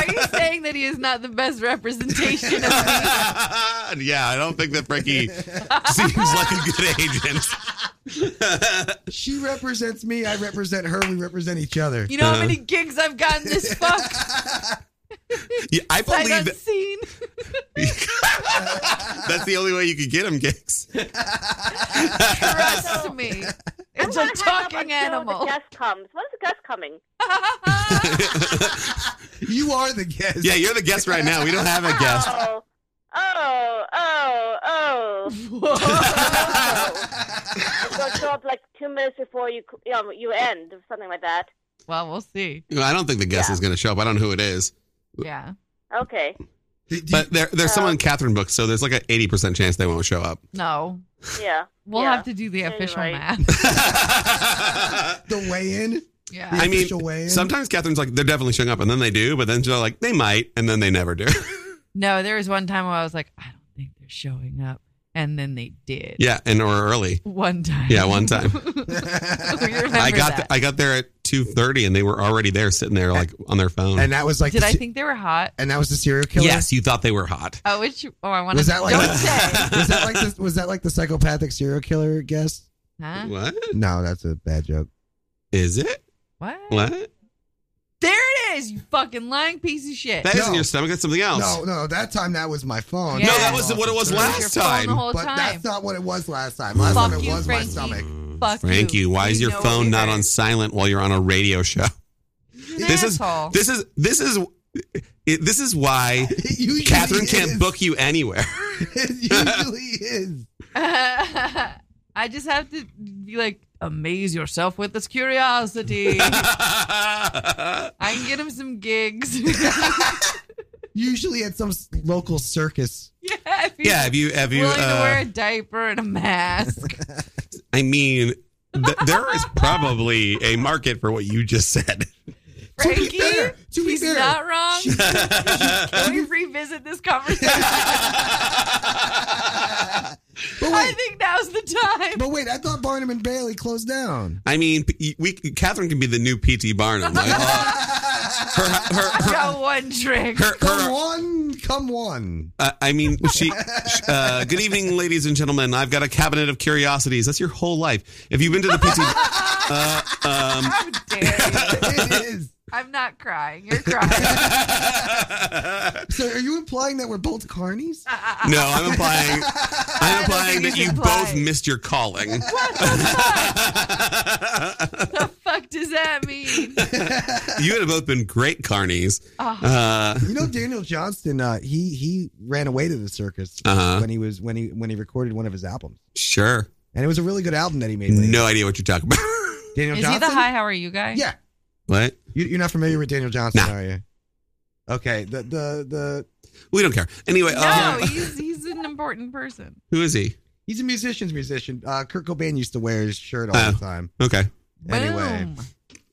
C: you saying that he is not the best representation of
B: <laughs>
C: me?
B: yeah, I don't think that
C: <laughs>
B: Frankie seems like a good agent.
D: She represents me. I represent her. We represent each other.
C: You know how many gigs I've gotten this fuck since
B: <laughs> Yeah, I
C: I
B: believe
C: got
B: that-
C: seen?
B: that's the only way you could get him gigs.
C: Trust me.
F: I'm
C: It's a
F: gonna hang up
C: talking
F: until The
C: animal.
F: guest comes. When's the guest coming?
D: <laughs> You are the guest.
B: Yeah, you're the guest right now. We don't have a guest.
F: Oh, oh, oh, oh! <laughs> It's gonna show up like two minutes before you you, know, you end or something like that.
C: <laughs> well, we'll see.
B: Well, I don't think the guest is going to show up. I don't know who it is,
C: Yeah.
F: Okay,
D: Do- do
B: but there, there's someone in Catherine books, so there's like an eighty percent chance they won't show
D: <laughs>
B: up.
C: No.
F: yeah.
C: We'll
F: yeah.
C: have to do the
F: Yeah, you're
C: official
B: <laughs>
F: right.
C: math. <laughs>
B: I
D: you- the weigh in.
C: Yeah.
D: The
B: mean,
D: official weigh in. <laughs>
B: sometimes Catherine's like they're definitely showing up, and then they do, but then she's like they might, and then they never do. <laughs>
C: No, there was one time where I was like, I don't think they're showing up. And then they did.
B: yeah, and or early.
C: One time.
B: Yeah, one time. I
C: I
B: got
C: that.
B: th- I got there at two thirty, and they were already there, sitting there like on their phone.
D: and that was like.
C: <laughs> Did
D: the,
C: I
D: se-
C: think they were hot?
D: And that was the serial killer.
B: yes, you thought they were hot.
C: Oh, which? Oh, I want to.
D: Was that like?
C: Don't
D: <laughs>
C: say.
D: was that like? The, was that like the psychopathic serial killer guest?
C: Huh?
B: What
D: No, that's a bad joke.
B: is it?
C: What?
B: What?
C: There it is, you fucking lying piece of shit.
B: That
D: No.
B: not your stomach. That's something else.
D: No, no, that time that was my phone.
B: Oh.
C: No,
B: No,
C: Yeah.
B: that was what it was
C: It was
B: last
C: your phone
B: time.
C: The whole
D: But
C: time.
D: that's not what it was last time. Last
C: Fuck
D: time it
C: you,
D: was
C: Frankie.
B: <laughs>
D: my stomach.
C: Fuck
B: Frankie,
C: you.
B: why is
C: We
B: your
C: know what
B: phone
C: we
B: not
C: heard.
B: on silent while you're on a radio show?
C: You're an
B: This is
C: asshole.
B: <laughs> this is this is it, this is why
D: It usually
B: Catherine
D: is.
B: can't book you
C: <laughs>
B: anywhere.
D: <laughs> It usually is.
C: <laughs> I just have to be like amaze yourself with
B: <laughs>
C: this curiosity. I can get him some gigs. <laughs>
D: Usually at some s- local circus.
C: yeah, if he's
B: yeah, have you have you?
C: willing to wear
B: Uh,
C: a diaper and a
B: <laughs>
C: mask.
B: I mean, th- there
C: <laughs>
B: is probably a market for what you just said. <laughs>
C: <laughs> Frankie,
D: fair, to be
C: he's
D: fair,
C: not wrong.
D: she-
C: Can we revisit this conversation?
D: but
C: I
D: wait,
C: think now's the time.
D: but wait, I thought Barnum and Bailey closed down.
B: I mean, p- we Catherine can be the new PT Barnum.
C: <laughs>
B: Like, uh, her, her,
C: I
B: her,
C: got one trick.
B: her, her,
D: Come one, come one.
B: Uh, I mean, she. sh- Uh, good evening, ladies and gentlemen. I've got a cabinet of curiosities. That's your whole life. If you've been to the PT, uh, um,
C: How dare you?
D: It is.
C: I'm not crying. You're crying.
D: So are you implying that we're both carnies?
B: <laughs> no, I'm implying. I'm
C: I don't
B: implying
C: think
B: that
C: you
B: you
C: should
B: both
C: imply.
B: missed your
C: <laughs>
B: calling.
C: the fuck does that mean?
B: you would have both been great carnies.
C: Oh.
B: Uh,
D: You know Daniel Johnston, uh, he he ran away to the circus
B: Uh-huh.
D: when he was when he when he recorded one of his albums.
B: sure.
D: And it was a really good album that he made. later.
B: No idea what you're talking about. <laughs>
D: Daniel
C: Is he
D: Johnston.
C: the hi? How are you guy?
D: Yeah.
B: what?
D: You, you're not familiar with Daniel Johnston,
B: Nah.
D: are you? Okay. The the the
B: We don't care. Anyway,
C: No,
B: um,
C: he's he's an important person.
B: who is he?
D: he's a musician's musician. Uh, Kurt Cobain used to wear his shirt all
B: Oh.
D: the time.
B: Okay.
D: Anyway.
C: Boom.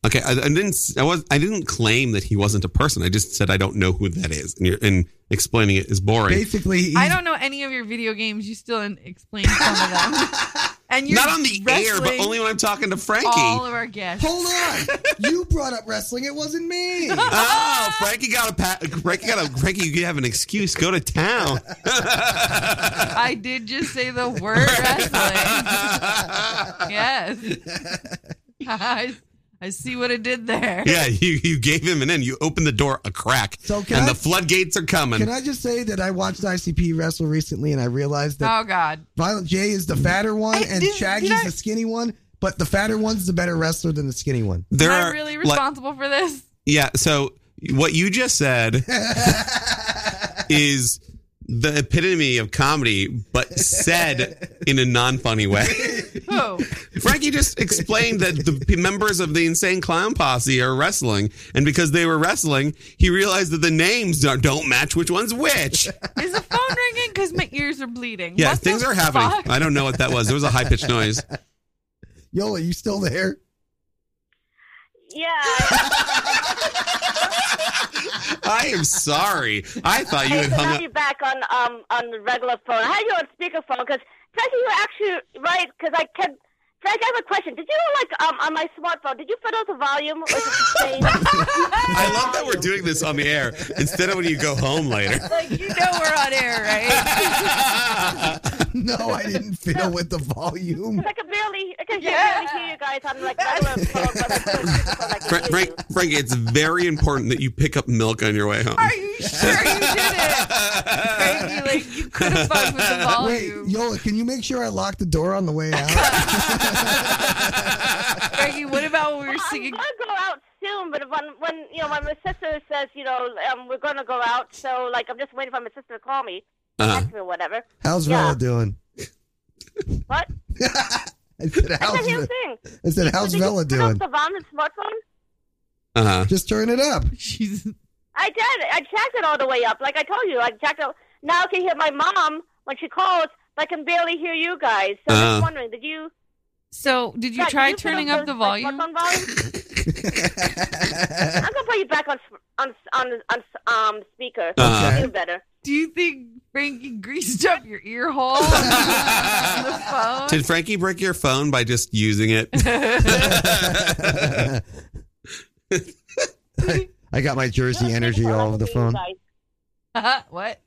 B: Okay, I, I didn't. I was. I didn't claim that he wasn't a person. I just said I don't know who that is, and, you're, and explaining it is boring.
D: Basically, he's,
C: I don't know any of your video games. You still didn't explain some of them.
B: <laughs>
C: And you're
B: Not on the air, but
C: wrestling
B: only when I'm talking to Frankie.
C: all of our guests.
D: Hold on.
C: <laughs>
D: you brought up wrestling. It
B: <laughs>
D: wasn't me.
B: Oh, Frankie got a pa- Frankie got a Frankie. You have an excuse. Go to town.
C: I did just say the word
B: <laughs>
C: wrestling. yes. I, I see what it did there.
B: yeah, you, you gave him an in. You opened the door a crack,
D: So can
B: and
D: I-
B: the floodgates are coming.
D: Can I just say that I watched ICP wrestle recently and I realized that
C: Oh God!
D: Violent J is the fatter one
C: I-
D: and
C: did-
D: Shaggy's
C: did I-
D: the skinny one, but the fatter one's the better wrestler than the skinny one.
B: there
C: Am I
B: are
C: really
B: like-
C: responsible
B: <laughs>
C: for this?
B: Yeah. So what you just
D: <laughs>
B: said is the epitome of comedy, but said in a non-funny way.
D: <laughs>
C: Who?
B: Frankie just
C: <laughs>
B: explained that the p- members of the Insane Clown Posse are wrestling, and because they were wrestling, he realized that the names don't- don't match which one's
C: <laughs>
B: which.
C: Is the phone ringing? Because my ears are bleeding.
B: Yeah,
C: What the
B: things are happening.
C: fuck?
B: I don't know what that was. There was a high pitched
C: <laughs>
B: noise.
D: Yola, you still there? <laughs>
F: Yeah. I-
B: I am sorry. I thought <laughs> you
F: I
B: had
F: should have
B: hung
F: you
B: up.
F: back on um on the regular phone. I had you on speakerphone because Frankie, you were actually right because I kept. Frank, I have a question. Did you like um on my smartphone? Did you put out the volume? Or is it the
B: <laughs>
F: same?
B: I love that we're doing this on the air instead of when you go home
C: <laughs>
B: later.
C: Like you know we're on air,
B: <laughs>
C: right?
D: No, I didn't fiddle with the <laughs> volume.
F: I could barely, I could
C: Yeah.
F: barely hear you guys on like
D: <laughs>
F: regular phone, but I couldn't speakerphone. I could
B: Frank,
F: hear
B: Frank,
F: you.
B: Frankie, it's very important that you pick up milk on your way home.
C: Are you sure you did it?
B: <laughs>
C: Frankie, like you could have fucked with the
D: Wait,
C: volume.
D: Yola, can you make sure I lock the door on the way <laughs> out?
C: Frankie, what about when we were
F: Well,
C: singing? <laughs>
F: I'm gonna go out soon, but when when you know when my sister says you know um, we're gonna go out, so like I'm just waiting for my sister to call me,
B: Uh,
F: text me or whatever.
D: How's
F: Yeah.
D: Vela doing? <laughs>
F: What?
D: I said,
F: That's
D: how's,
F: the whole
D: Ve-
F: thing.
D: I said, how's
F: Did you
D: Vela
F: turn off
D: doing? <laughs>
F: The bomb and smartphone.
B: uh,
D: Just turn it up. <laughs>
C: She's
F: I did. I jacked it all the way up. Like I told you, I jacked it. Now I can hear my mom when she calls, but I can barely hear you guys. So I'm
B: Uh.
F: just wondering, did you?
C: so. Did you
F: Yeah,
C: try
F: did put
C: turning up the
F: my
C: volume?
F: smartphone volume? I'm gonna put you back on sp- on on on um speaker.
B: Uh.
F: You better.
C: Do you think Frankie greased up your ear
B: <laughs>
C: hole on the phone?
B: did Frankie break your phone by just using it? <laughs>
D: I got my Jersey energy all over the phone.
F: Guys.
C: <laughs> what?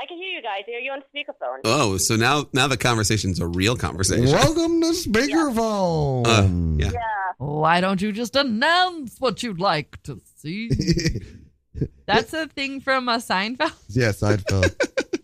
F: I can hear you guys. Are you on speakerphone?
B: oh, so now now the conversation's a real conversation.
D: Welcome to speakerphone.
B: Uh,
C: Why don't you just announce what you'd like to
B: <laughs>
C: see? That's a thing from uh, Seinfeld.
D: yeah, Seinfeld.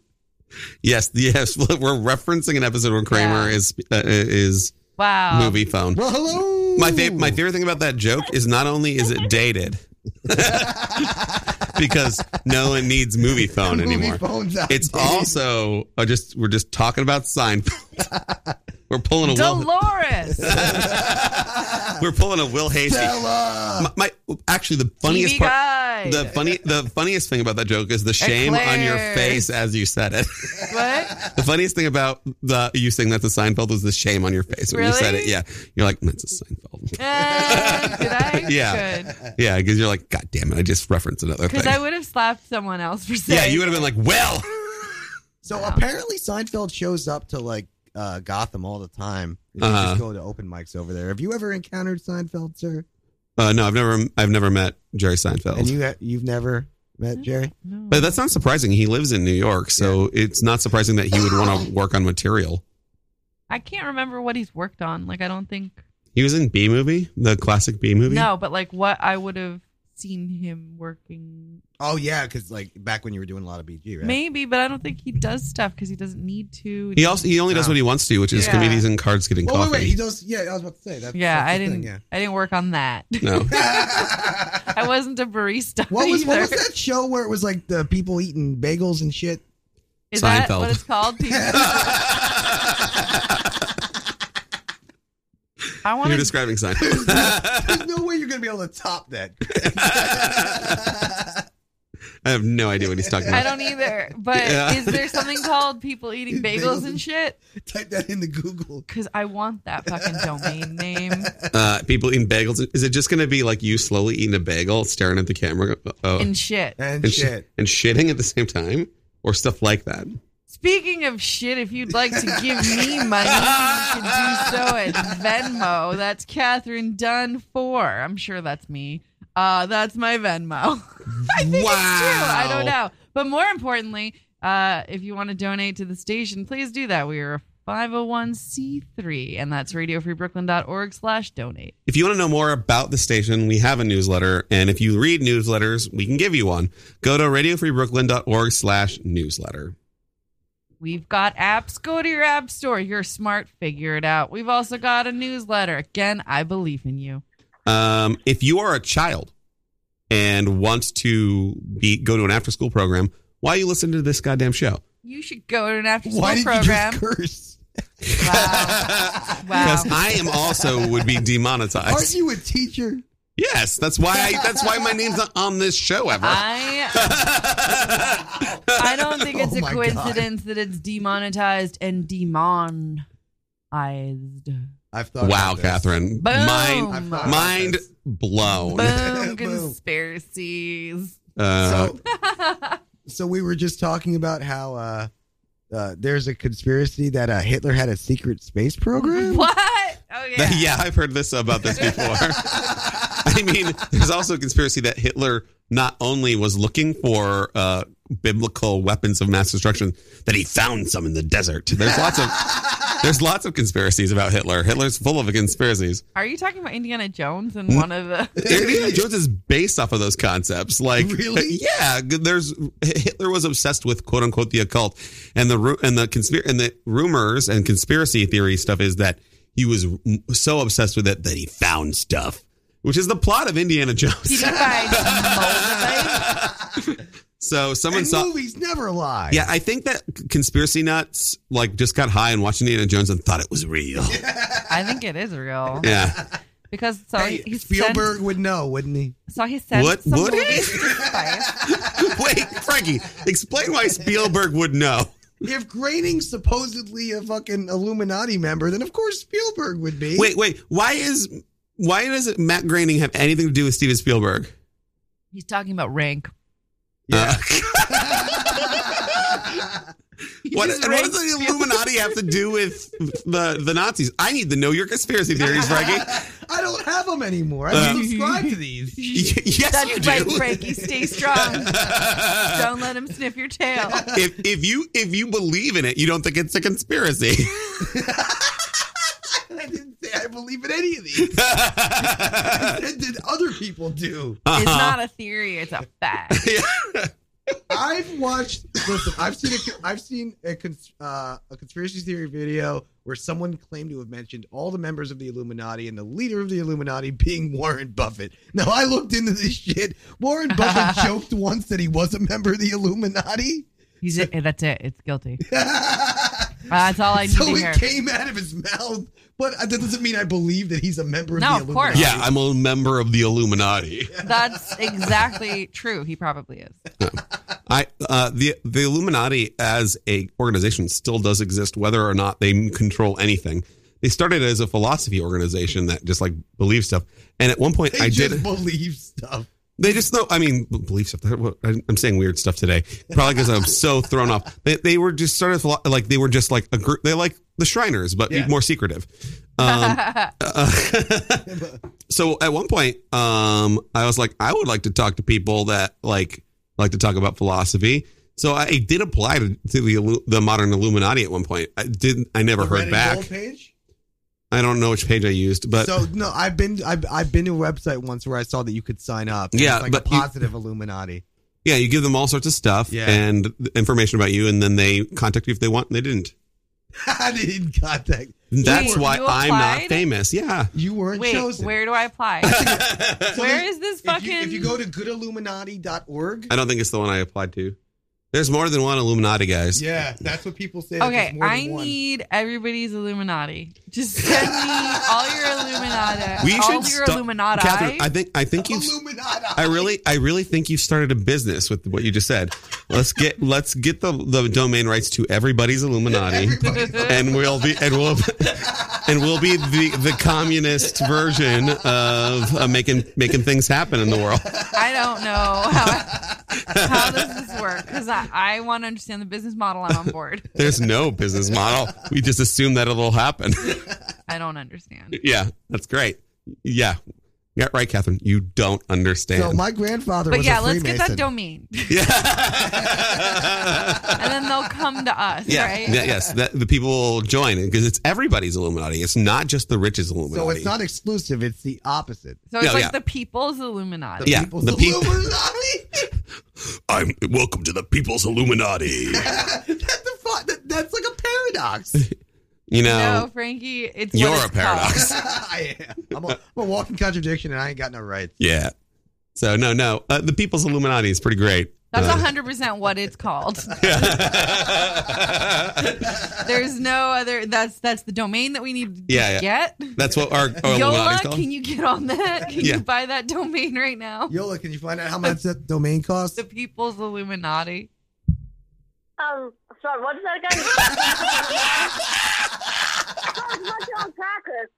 B: Yes, yes. <laughs> We're referencing an episode where Kramer
C: Yeah.
B: is uh, is
C: Wow.
B: movie phone.
D: well, <laughs> hello.
B: My favorite,
D: <laughs>
B: my favorite thing about that joke is not only is it dated, <laughs> because no one needs <laughs> movie phone
D: Movie
B: anymore.
D: phone's out.
B: It's
D: <laughs>
B: also uh, just we're just talking about Seinfeld. <laughs> we're pulling a Will,
C: Dolores.
B: <laughs> we're pulling a Will Hasty.
D: Stella.
B: My, my actually the funniest
C: TV
B: part.
C: guy.
B: The funny, the funniest thing about that joke is the shame on your
C: Eclairs.
B: face as you said it. <laughs>
C: what?
B: The funniest thing about the you saying that's a Seinfeld was the shame on your face when you said it.
C: Really?
B: Yeah, you're like that's a Seinfeld.
C: <laughs> Uh, did I?
B: <laughs> Yeah. Yeah, because you're like, God damn it, I just referenced another thing.
C: Because I would have slapped someone else for saying.
B: yeah, you would have been like, well,
D: So apparently Seinfeld shows up to like uh, Gotham all the time. You should
B: Uh-huh.
D: just go to open mics over there. Have you ever encountered Seinfeld, sir?
B: uh, no, I've never, I've never met Jerry Seinfeld.
D: And you ha- you've never met Jerry?
C: No.
B: but that's not surprising. He lives in New York, so it's not surprising that he would
C: <laughs>
B: want to work on material.
C: I can't remember what he's worked on. Like I don't think.
B: He was in B movie, the classic B movie.
C: No, but like what I would have seen him working
D: Oh yeah, because like back when you were doing a lot of BG, right?
C: Maybe, but I don't think he does stuff because he doesn't need to.
B: he also he only does
D: No.
B: what he wants to, which is
C: Yeah.
B: comedies and cards getting
D: Oh wait,
B: coffee.
D: wait. He does. Yeah, I was about to say that.
C: yeah, I
D: that's the
C: didn't.
D: thing, yeah.
C: I didn't work on that. <laughs>
D: <laughs>
B: no,
C: I wasn't a barista.
D: What was
C: either.
D: what was that show where it was like the people eating bagels and shit?
C: Is that
B: Seinfeld.
C: what
B: <laughs>
C: it's called? People- I
B: <laughs>
C: want
B: you're
C: to.
B: describing Seinfeld.
D: There's no way you're gonna be able to top that.
B: I have no idea what he's talking
C: I
B: about.
C: don't either. But
B: Yeah.
C: is there something called people
D: <laughs>
C: eating bagels and shit?
D: Type that into Google.
C: Because I want that fucking domain name
B: Uh, people eating bagels. Is it just going to be like you slowly eating a bagel, staring at the camera, <laughs> uh,
C: and shit.
D: And
B: and sh-
D: shit.
B: and shitting at the same time, or stuff like that?
C: Speaking of shit, if you'd like to give me money, you can do so at Venmo. That's Catherine Dunn four. I'm sure that's me. Uh, that's my Venmo. <laughs> I think it's true. I don't know. But more importantly, uh, if you want to donate to the station, please do that. We are a 501c3, and that's radiofreebrooklyn.org slash donate.
B: If you want to know more about the station, we have a newsletter, and if you read newsletters, we can give you one. Go to radiofreebrooklyn.org slash newsletter.
C: We've got apps. Go to your app store. You're smart. Figure it out. We've also got a newsletter. Again, I believe in you.
B: Um, if you are a child and want to be go to an after school program, why you listen to this goddamn show?
C: You should go to an after school
D: Why did
C: program.
D: you just curse?
B: <laughs>
C: Wow. <laughs> wow.
B: Because I am also would be
D: <laughs> Aren't
B: demonetized.
D: you a
B: <laughs>
D: teacher?
B: Yes, that's why I, that's why my name's not on this show ever.
C: <laughs> I I don't think it's
D: <laughs> Oh
C: a
D: my God.
C: coincidence that it's demonetized and demonized.
D: I've thought.
B: <laughs> wow,
D: about this.
B: Catherine,
C: Boom.
B: mind
D: I've thought about
B: mind
D: this.
B: blown.
C: Boom
D: <laughs> Boom.
C: conspiracies.
B: Uh,
D: So,
C: <laughs>
D: so we were just talking about how uh, uh, there's a conspiracy that uh, Hitler had a secret space program.
C: what? Oh yeah.
B: yeah. I've heard this about this before. I mean, there's also a conspiracy that Hitler not only was looking for uh, biblical weapons of mass destruction, that he found some in the desert. There's lots of there's lots of conspiracies about Hitler. Hitler's full of conspiracies.
C: Are you talking about Indiana Jones and one of the <laughs>
B: Indiana Jones is based off of those concepts. Like,
D: Really?
B: <laughs> yeah, there's Hitler was obsessed with quote unquote the occult, and the ru- and the conspir- and the rumors and conspiracy theory stuff is that he was so obsessed with it that he found stuff, which is the plot of Indiana <laughs>
C: Did
B: Jones.
C: he find moldavite?
B: so someone
D: And
B: saw.
D: movies never lie.
B: Yeah, I think that conspiracy nuts like just got high and watched Indiana Jones and thought it was real.
C: I think it is real
B: Yeah, <laughs>
C: because so
D: Hey,
C: Oh, he
D: Spielberg would know, wouldn't he?
C: Sent, so he sent
B: What-
C: some
B: would he?
C: movies to spice.
B: wait, Frankie, explain why Spielberg would know.
D: <laughs> If Groening's supposedly a fucking Illuminati member, then of course Spielberg would be.
B: Wait, wait. Why is why does Matt Groening have anything to do with Steven Spielberg?
C: He's talking about rank.
B: Uh,
C: <laughs> He
B: what,
C: just
B: and what
C: ranked
B: does the
C: Spielberg.
B: Illuminati have to do with the the Nazis? I need to know your conspiracy theories,
C: <laughs>
B: Frankie.
D: I don't have them anymore. I
B: Uh,
D: don't subscribe to these.
B: Y- yes, you
C: That's
B: do.
C: right, Frankie. Stay strong. Don't let him sniff your
D: <laughs>
C: tail.
B: <laughs> if if you if you believe in it, you don't think it's a conspiracy.
D: <laughs>
B: <laughs>
D: I didn't say I believe in any of these.
B: Uh-huh.
D: Did did other people do?
C: It's not a theory; it's a fact.
D: I've watched. Listen, I've seen a, I've seen a, cons- uh, a conspiracy theory video where someone claimed to have mentioned all the members of the Illuminati and the leader of the Illuminati being Warren Buffett. Now I looked into this shit. Warren Buffett joked once that he was a member of the Illuminati, <laughs>
C: He's it. That's it. It's guilty. Uh,
D: <laughs> so
C: that's all I need to hear.
D: it came out of his mouth. But that doesn't mean I believe that he's a member of
C: No,
D: the
C: of course.
D: Illuminati.
B: yeah, I'm a member of the Illuminati.
C: That's exactly true. He probably is.
B: I uh, the the Illuminati as a organization still does exist, whether or not they control anything. They started as a philosophy organization that just like believes stuff, and at one point
D: They
B: I
D: just
B: did.
D: believe stuff.
B: They just know. I mean, belief stuff. I'm saying weird stuff today, probably because I'm so thrown off. They, they were just sort of like they were just like a group. They like the Shriners, but
D: Yeah.
B: more secretive. Um,
C: <laughs>
B: uh, <laughs> so at one point, um, I was like, I would like to talk to people that like like to talk about philosophy. So I did apply to, to the Illu- the modern Illuminati at one point. I didn't. I never
D: The red
B: heard
D: and
B: back.
D: gold page?
B: I don't know which page I used, but
D: so no, I've been I've, I've been to a website once where I saw that you could sign up. and
B: Yeah,
D: it's like
B: but
D: a
B: you-
D: positive Illuminati. <laughs>
B: yeah, you give them all sorts of stuff
D: Yeah.
B: and information about you, and then they contact you if they want. and They didn't.
D: I didn't contact
B: That's
C: Wait,
B: why
C: you
B: I'm not
C: applied?
B: famous. Yeah.
D: you weren't
C: Wait,
D: chosen.
C: where do I
D: <laughs>
C: apply?
D: So
C: where
D: there's-
C: is this
D: if
C: fucking?
D: you, if you go to goodilluminati.org?
B: I don't think it's the one I applied to. There's more than one Illuminati guys.
D: Yeah, that's what people say. that
C: okay,
D: there's more than
C: I
D: one.
C: need everybody's Illuminati. Just send me all your Illuminati.
B: <laughs> We
C: all
B: should
C: your
B: stop-
C: Illuminati.
B: Catherine, I think I think you've
D: Illuminati.
B: I really, I really think you've started a business with what you just said. Let's get let's get the, the domain rights to everybody's Illuminati, and we'll be and we'll and we'll be the, the communist version of uh, making making things happen in the world.
C: <laughs> I don't know how,
B: <laughs>
C: how does this work because I, I want to understand the business model. I'm on board.
B: There's no business model. We just assume that it'll happen. <laughs>
C: I don't understand.
B: Yeah, that's great. Yeah, yeah, right, Catherine. You don't understand.
D: So my grandfather
C: But
D: was
C: yeah,
D: a
C: let's get that
D: Freemason.
C: domain,
B: <laughs>
C: and
B: yeah.
C: then they'll come to us,
B: Yeah.
C: right?
B: yeah, Yes. That, the people will join because it's everybody's Illuminati. It's not just the richest Illuminati.
D: So it's not exclusive. It's the opposite.
C: So it's
B: Yeah,
C: like
B: yeah.
C: the people's Illuminati.
B: Yeah.
D: People's
B: The peop- <laughs>
D: <laughs> Illuminati.
B: I'm welcome to the people's Illuminati.
D: that's, the fu- that- that's like a
B: <laughs>
D: paradox.
B: you
C: No,
B: know,
C: Frankie, it's
B: you're
C: what
B: a
C: it's
B: paradox.
D: I am. I'm a, I'm a walking contradiction, and I ain't got
B: <laughs>
D: no rights.
B: yeah. So no, no. Uh, the people's Illuminati is pretty great.
C: Called.
B: Uh,
C: <laughs> That's hundred percent what it's called.
B: <laughs> yeah.
C: There's no other. That's that's the domain that we need to
B: Yeah,
C: get.
B: That's what our, our
C: Yola,
B: Illuminati's called.
C: can you get on that? Can
B: Yeah.
C: you buy that domain right now?
D: Yola, can you find out how much that domain costs?
C: The people's Illuminati.
F: Um, sorry, what is that again? oh, it's mozzarella crackers.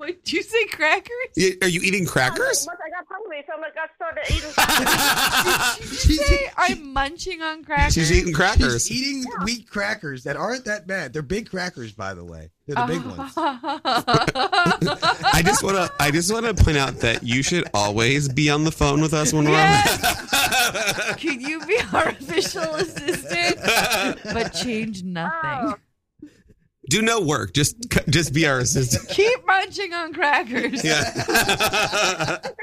C: Wait, did you
B: <laughs>
C: say crackers?
B: Y- Are you eating
C: <laughs>
B: crackers?
F: Once I got hungry, so I got started eating
B: <laughs>
F: crackers.
D: She's,
C: Say I'm munching on <laughs>
B: <laughs>
C: crackers.
B: She's eating crackers.
D: she's eating wheat crackers that aren't that bad. They're big crackers, by the way. They're the big ones.
C: Uh-huh.
B: I just want to. I just want to point out that you should always be on the phone with us when we're
C: Yes. Can you be our official assistant?
B: <laughs> on. The-
C: But change nothing.
F: Oh.
B: Do no work. Just just be our
D: <laughs>
B: assistant.
C: Keep munching on crackers.
B: Yeah. <laughs>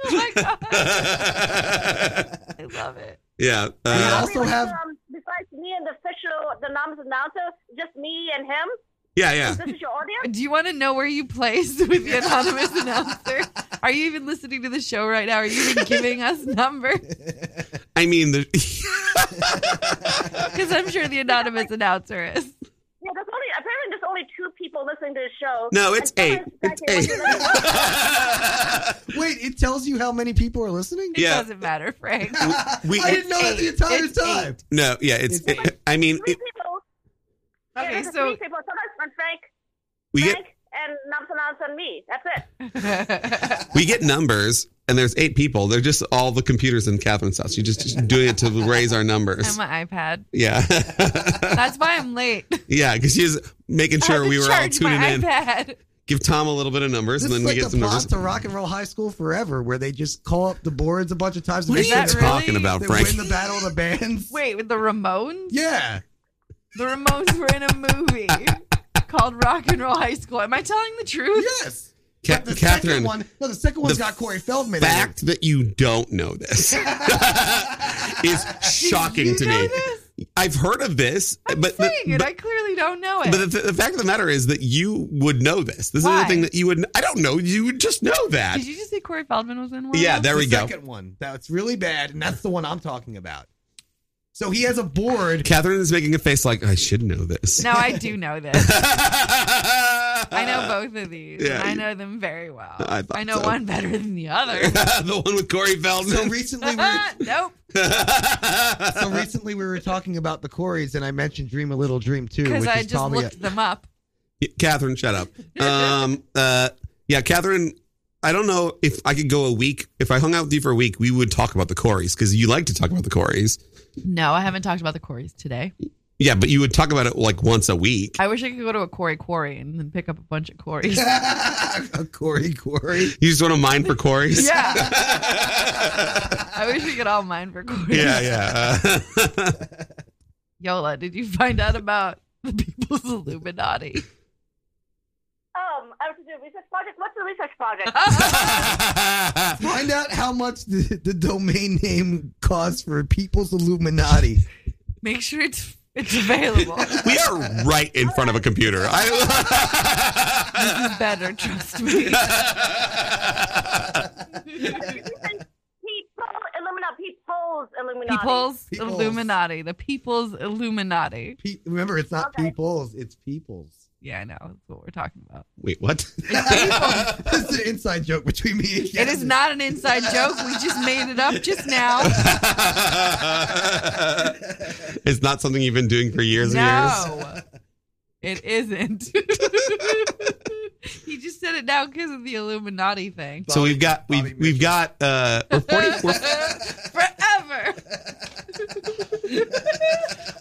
C: Oh my god. I love it.
B: yeah.
D: We
B: Uh,
D: also have
F: Um, besides me and the official, the noms announcer, just me and him.
B: yeah. Yeah.
F: This is your audience.
C: Do you want to know where you placed with the anonymous announcer? Are you even listening to the show right now? Are you even giving us numbers?
B: I mean, the, <laughs>
C: Because I'm sure the anonymous announcer is.
F: Yeah, there's only apparently there's only two people listening to the show.
B: no, it's
F: And
B: eight.
F: someone's
B: It's
F: back in with the-
B: eight.
D: wait. It tells you how many people are listening.
C: It
D: <laughs>
B: Yeah.
C: doesn't matter,
B: <laughs>
C: Frank.
B: we,
D: I didn't know that the
C: It's
D: entire
C: eight.
D: time.
B: <laughs> no, yeah, it's.
D: It's
B: It, I mean,
F: Three
B: it,
F: people. yeah,
C: Okay,
F: there's
C: so
F: three people. Sometimes when Frank,
B: we get
F: Frank, and noms announcer and me. That's it.
B: we get numbers, and there's eight people. They're just all the computers in Catherine's house. You're just, just doing it to raise our
C: and
B: numbers.
C: my iPad.
B: Yeah, <laughs>
C: That's why I'm late.
B: yeah, because she's making
C: I had
B: sure
C: to
B: we were all
C: charge
B: tuning
C: my
B: in.
C: iPad.
B: Give Tom a little bit of numbers,
D: This
B: and
D: is
B: then
D: like
B: we get
D: the
B: some
D: plot
B: numbers.
D: to Rock and Roll High School Forever, where they just call up the boards a bunch of times. to
B: What are
D: make
C: Is
B: you
C: that
D: sure they
B: talking
C: really-
B: about,
D: They
B: Oh, Frank?
D: win the battle of the bands.
C: Wait, with the Ramones?
D: Yeah.
C: The Ramones were in a movie called Rock and Roll High School. Am I telling the truth?
D: Yes.
B: Ca-
D: The
B: Catherine,
D: second one. No, the second one's
B: the
D: got Corey Feldman. in it.
B: fact that you don't know
C: <laughs>
B: this is shocking
C: You
B: to
C: know
B: me.
C: this?
B: I've heard of this, but the,
C: Saying it,
B: but,
C: I clearly don't know it.
B: but the, the fact of the matter is that you would know this. This is
C: Why?
B: the thing that you would. I don't know. You would just know that.
C: Did you just say Corey Feldman was in one?
B: Yeah,
C: of
B: there
D: the
B: we go.
D: Second one. That's really bad, and that's the one I'm talking about. So he has a board.
B: Catherine is making a face like I should know this. <laughs>
C: them? <laughs> No, I do know this. I
B: I <laughs>
C: know both of these.
B: yeah,
C: and I
B: you-
C: know them very well.
B: I thought
C: know
B: so.
C: one better than
B: <laughs>
C: the other.
B: the one with Corey
D: So
B: Feldman.
D: recently, we <laughs> were,
C: <laughs> nope.
B: <laughs>
D: so recently we were talking about the Corys, and I mentioned Dream a Little Dream too, which
C: Because
D: is
C: I just
D: probably a-
C: looked them up.
B: Yeah, Catherine, shut up. Um, uh, yeah, Catherine, I don't know if I could go a week. If I hung out with you for a week, we would talk about the Corys because you like to talk about the Corys.
C: No, I haven't talked about the Corys today.
B: Yeah, but you would talk about it like once a week.
C: I wish I could go to a Corey Quarry and then pick up a bunch
B: <laughs>
C: of Corys. <laughs>
D: a <laughs> Corey Corey.
B: You just want to mine for Corys?
C: yeah.
B: yeah,
C: I wish we could all mine for
B: <laughs>
C: Corys.
B: yeah. <laughs> Uh,
C: Yola, did you find out about the people's Illuminati?
F: Um, I was doing a research project. What's the research
C: <laughs>
F: project?
D: Find out how much the, the domain name costs for People's <laughs> Illuminati.
C: Make sure it's it's
B: <laughs>
C: available.
B: we are right in front of a computer. I.
C: You better trust me.
F: people, Illuminati, people's Illuminati.
C: People's
D: People's.
C: Illuminati. The people's Illuminati.
D: Pe- Remember, it's not
F: Okay.
D: people's; it's people's.
C: Yeah, I know. That's what we're talking about.
B: <laughs> Wait, what?
D: <laughs> That's an inside joke between me and
C: It is not
B: <laughs>
C: an inside joke. We just made it up just now.
B: <laughs> it's not something you've been doing for years and years.
C: No, it isn't. <laughs> he just said it now because of the Illuminati thing.
B: so we've got we've we've got uh
C: <laughs>
B: we're 40, we're,
C: Forever.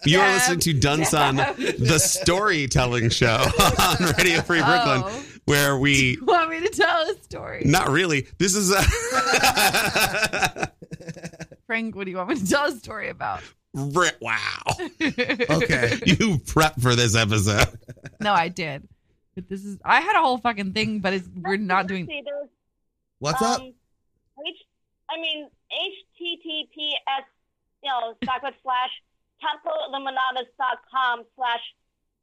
B: you are
C: Dab,
B: listening to Dunsun, the storytelling show on Radio Free Brooklyn,
C: Oh,
B: where we
C: you want me to tell a story?
B: not really this is a <laughs>
C: Frank, what do you want me to tell a story about? <laughs>
B: Ri- wow
D: <laughs> Okay.
B: you prep for this episode.
C: no, I did. But this is I had a whole fucking thing, but it's we're not doing
F: See, there's,
D: What's up?
F: um, H, I mean, HTTPS, you know, backward slash templeilluminatus.com slash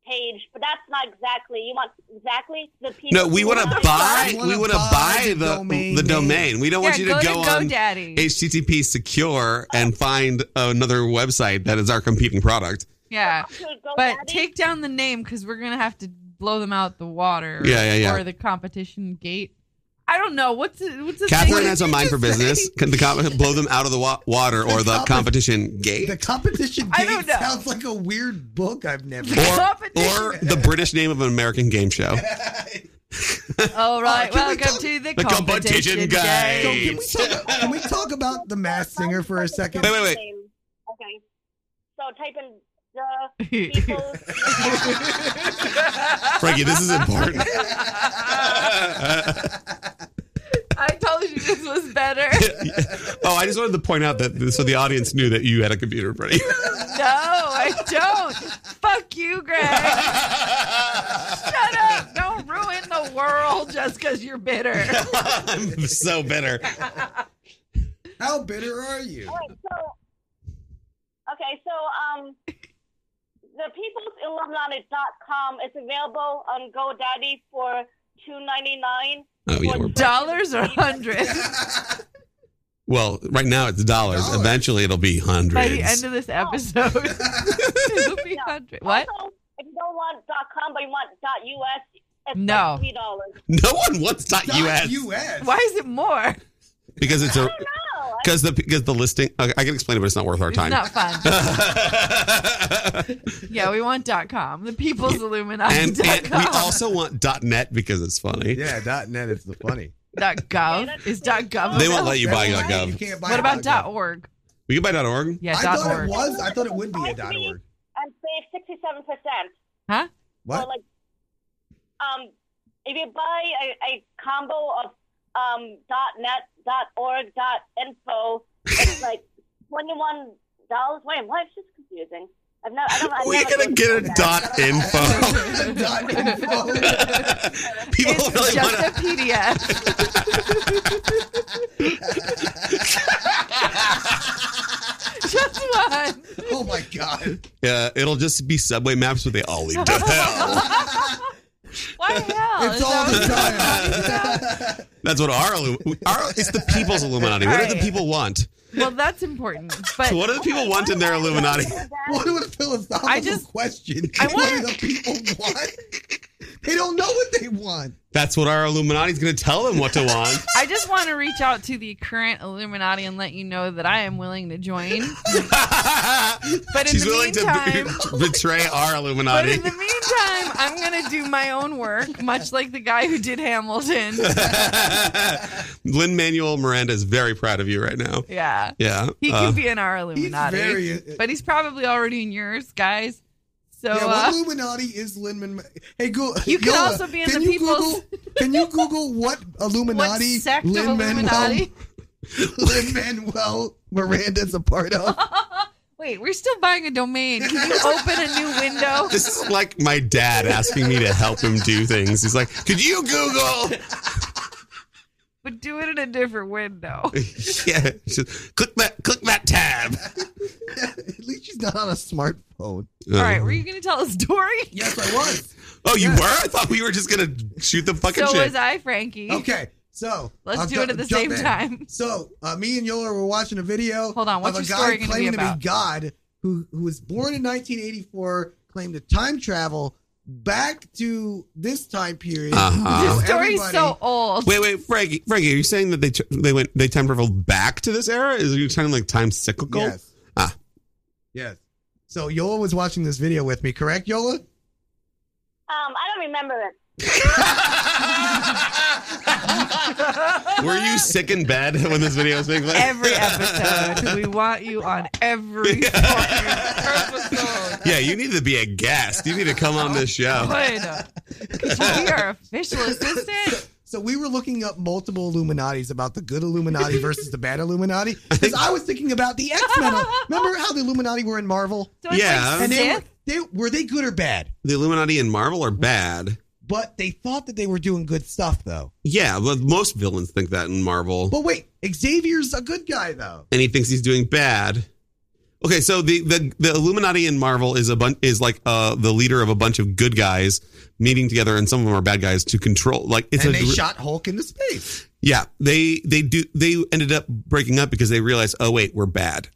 F: page, but that's not exactly, you want exactly the people.
B: No, we want to
F: Illuminati-
B: buy.
D: wanna
B: We want to
D: buy
B: buy
D: the
B: the
D: domain
B: the
D: name.
B: domain. We don't want you
C: yeah,
B: to
C: go,
B: go
C: to
B: on
C: GoDaddy.
B: HTTP secure and find another website that is our competing product.
C: yeah.
F: to go
C: But
F: at it.
C: take down the name because we're gonna have to blow them out the water.
B: Yeah, yeah, yeah.
C: Or the competition gate. I don't know what's the, what's <laughs> the
B: Catherine
C: thing?
B: has a mind for business. Can the com- <laughs> blow them out of the wa- water or the
D: compe-
B: competition gate
D: The competition
C: I
D: game
C: don't know.
D: sounds like a weird book I've never.
B: or
C: competition.
B: or the British name of an American game show.
C: <laughs> All Oh, right,
B: Oh,
D: can we
C: welcome
D: talk-
C: to the,
B: The competition
C: competition
B: guide.
D: So
C: gate.
D: can we talk? Can we talk about the Mass Singer for a second?
B: Wait, wait, wait.
F: Okay. So type in the
C: <laughs>
F: people's.
B: Frankie, this is important. <laughs>
C: I told you this was better.
B: oh, I just wanted to point out that so the audience knew that you had a computer in front of you.
C: No, I don't. Fuck you, Greg. Shut up! Don't ruin the world just because you're bitter.
B: <laughs> I'm so bitter.
D: How bitter are
C: <laughs>
D: you?
F: All right, so okay, so um, the People's Illuminati.com is available on GoDaddy for two ninety nine.
B: Oh yeah, we're
C: Dollars or hundreds?
B: Well, right now it's dollars.
D: Dollars.
B: Eventually it'll be hundreds.
C: By the end of this episode, <laughs> it'll be hundred. What?
F: Also, if you don't want .com but you want .us, it's
C: No.
F: like three dollars.
B: no one wants dot
D: Dot
B: .us
D: US.
C: Why is it more?
B: because it's
C: <laughs>
B: a
F: No,
B: because the because the listing. Okay, I can explain it, but it's not worth our
C: It's
B: time.
C: not fun.
B: <laughs>
C: <laughs> Yeah, we want .com. The People's Illuminati.
B: and,
C: dot
B: and
C: com.
B: we also want dot .net because it's funny.
D: Yeah, dot net is the funny.
C: dot
F: Yeah,
C: .gov
F: that's
C: is dot .gov.
B: They won't let <laughs> you buy
D: That's
B: .gov.
D: You can't buy
C: What about
D: dot
C: dot .org?
B: We can buy dot .org.
C: Yeah,
D: I
C: dot
D: thought
C: .org.
D: it was. I thought it would be a dot org.
F: and save sixty seven percent.
C: Huh?
F: So Oh, like, um, if you buy a, a combo of um .net, .org, .info,
B: <laughs>
F: it's like twenty one dollars. Wait, why is this confusing? I've never. I don't, I've
B: We're
F: never
B: gonna get a
F: goes to
B: dot info.
D: <laughs> dot info. <laughs>
B: People
C: <laughs> It's
B: really
C: just
B: want
C: a
B: <laughs>
C: PDF. just one.
D: Oh my god.
B: to. Uh, it'll just be subway maps, but they all lead to
C: <laughs>
B: hell.
C: Why the hell?
D: It's
C: Is
D: all
C: that
D: the
C: what- <laughs>
D: time.
B: That's what our, Illu- our it's the people's Illuminati. What do the
C: Right.
B: people want?
C: Well, that's important. But
B: So what do the people want in their Illuminati?
D: <laughs> What a philosophical
C: I just-
D: question.
C: I
D: what do
C: wanna-
D: the people want? They don't know what they want.
B: That's what our Illuminati's going to tell them what to want.
C: I just want to reach out to the current Illuminati and let you know that I am willing to join. <laughs> But in
B: She's
C: the
B: willing
C: meantime,
B: to b- betray our
C: <laughs> but
B: Illuminati.
C: in the meantime, I'm gonna do my own work, much like the guy who
B: <laughs>
C: did Hamilton.
B: Lynn Manuel Miranda is very proud of you right now.
C: Yeah,
B: Yeah.
C: <laughs> he
B: uh,
C: could be in our
D: He's
C: Illuminati,
D: very. uh,
C: but he's probably already in yours, guys. So
D: yeah,
C: uh,
D: what Illuminati is Lindman? Hey, go.
C: You can
D: Yola,
C: also be in
D: can
C: the
D: you
C: people's-
D: Google, can you Google what
C: what
D: Illuminati
C: sect of
D: Lin-Manuel,
C: Illuminati?
D: <laughs> Lin-Manuel Miranda's a part
C: <laughs>
D: of? <laughs>
C: Wait, we're still buying a domain. Can you <laughs> open a new window?
B: <laughs> this is like my dad asking me to help him do things. He's like, "Could you Google?" <laughs>
C: But do it in a different window.
B: yeah, just click that, click that tab.
D: At least she's not on a smartphone.
C: All right, were you going to tell a story?
D: Yes, I was.
B: Um, oh, you were? I thought we were just gonna shoot the fucking
C: So
B: shit.
C: was I, Frankie.
D: Okay, so
C: Let's
D: I'll
C: do
D: ju-
C: it at the
D: jump
C: same
D: in.
C: time.
D: So uh, me and Yola were watching a video.
C: Hold on, what's
D: of a
C: your
D: guy
C: story gonna be
D: claiming to
C: about?
D: be God, who who was born in 1984, claimed to time travel, back to this time period.
B: Uh-huh.
D: you know,
C: This story's so
D: Uh, everybody-
C: old.
B: Wait, wait, Frankie, Frankie, are you saying that they ch- they went they time traveled back to this era? Is you time like time cyclical?
D: Yes.
B: Ah.
D: Yes. So Yola was watching this video with me, correct, Yola?
F: Um, I don't remember it.
B: <laughs> Were you sick in bed when this video was being played?
C: Every
B: <laughs>
C: episode. we want you on
D: <laughs>
C: every fucking episode.
B: yeah, you need to be a guest. You need to come on this show.
C: Good. Could you be our uh, official assistant?
D: So we were looking up multiple Illuminati's about the good Illuminati versus the
B: <laughs>
D: bad Illuminati. Because I was thinking about the X
C: <laughs>
D: Men. Remember how the Illuminati were in Marvel?
C: So it's
B: Yeah.
C: Like
D: And they were,
C: Sith?
D: they were they good or bad?
B: The Illuminati and Marvel are bad.
D: But they thought that they were doing good stuff though.
B: Yeah, but most villains think that in Marvel.
D: But wait, Xavier's a good guy though.
B: and he thinks he's doing bad. Okay, so the the, the Illuminati in Marvel is a bun- is like uh, the leader of a bunch of good guys meeting together, and some of them are bad guys to control. Like it's
D: and
B: a
D: they
B: gr-
D: shot Hulk into space.
B: yeah, they they do they ended up breaking up because they realized oh wait we're bad.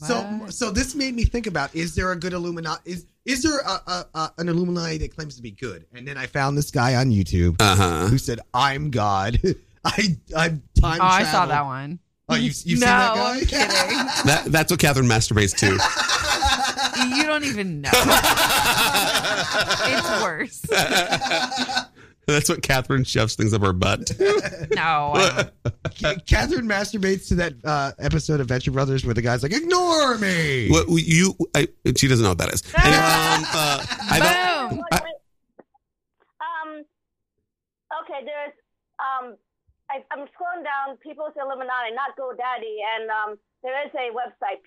D: So
C: What?
D: so this made me think about is there a good Illuminati is is there a, a, a an Illuminati that claims to be good? And then I found this guy on YouTube
B: Uh huh.
D: who said, "I'm God. <laughs> I I'm time."
C: Oh, I saw
D: travel."
C: that one.
D: Oh, you you
C: no,
D: seen that guy?
C: I'm
D: <laughs>
C: kidding.
B: That that's what Catherine masturbates to. <laughs>
C: you don't even know. It's worse.
B: that's what Catherine shoves things up her butt. <laughs>
C: No. I don't.
D: Ca- Catherine masturbates to that uh, episode of Venture Brothers where the guy's like, "Ignore me."
B: What you? I, she doesn't know what that is.
C: Ah.
B: And, um, uh, I
C: Boom.
F: Wait,
B: I-
F: wait. Um, okay, there's um, I, I'm scrolling down People's Illuminati, not GoDaddy, and um, there is a website,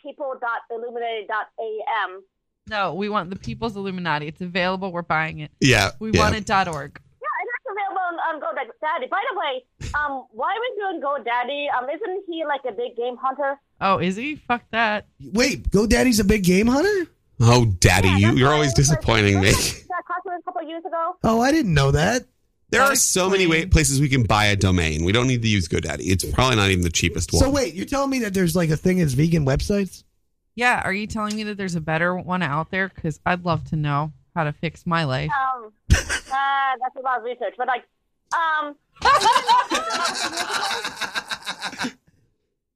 F: people.illuminati.am.
C: No, we want the People's Illuminati. It's available. We're buying it.
B: yeah,
C: We
B: yeah.
C: want it dot .org.
F: Yeah, it's actually available on, on GoDaddy. By the way, um, why are we doing GoDaddy? Um, isn't he like a big game hunter?
C: Oh, is he? Fuck that.
D: Wait, GoDaddy's a big game hunter?
B: Oh, Daddy,
F: Yeah,
B: you,
F: that's
B: you're
F: why I
B: always
F: was like,
B: disappointing
F: <laughs>
B: me.
F: wasn't That costume a couple years ago.
D: Oh, I didn't know that.
B: <laughs> There
C: That
B: are so many way,
C: explains-
B: places we can buy a domain. We don't need to use GoDaddy. It's probably not even the cheapest one.
D: So wait, you're telling me that there's like a thing as vegan <laughs> websites?
C: Yeah, are you telling me that there's a better one out there? Because I'd love to know how to fix my life.
F: Um, <laughs> uh, that's a lot of research, but like, um,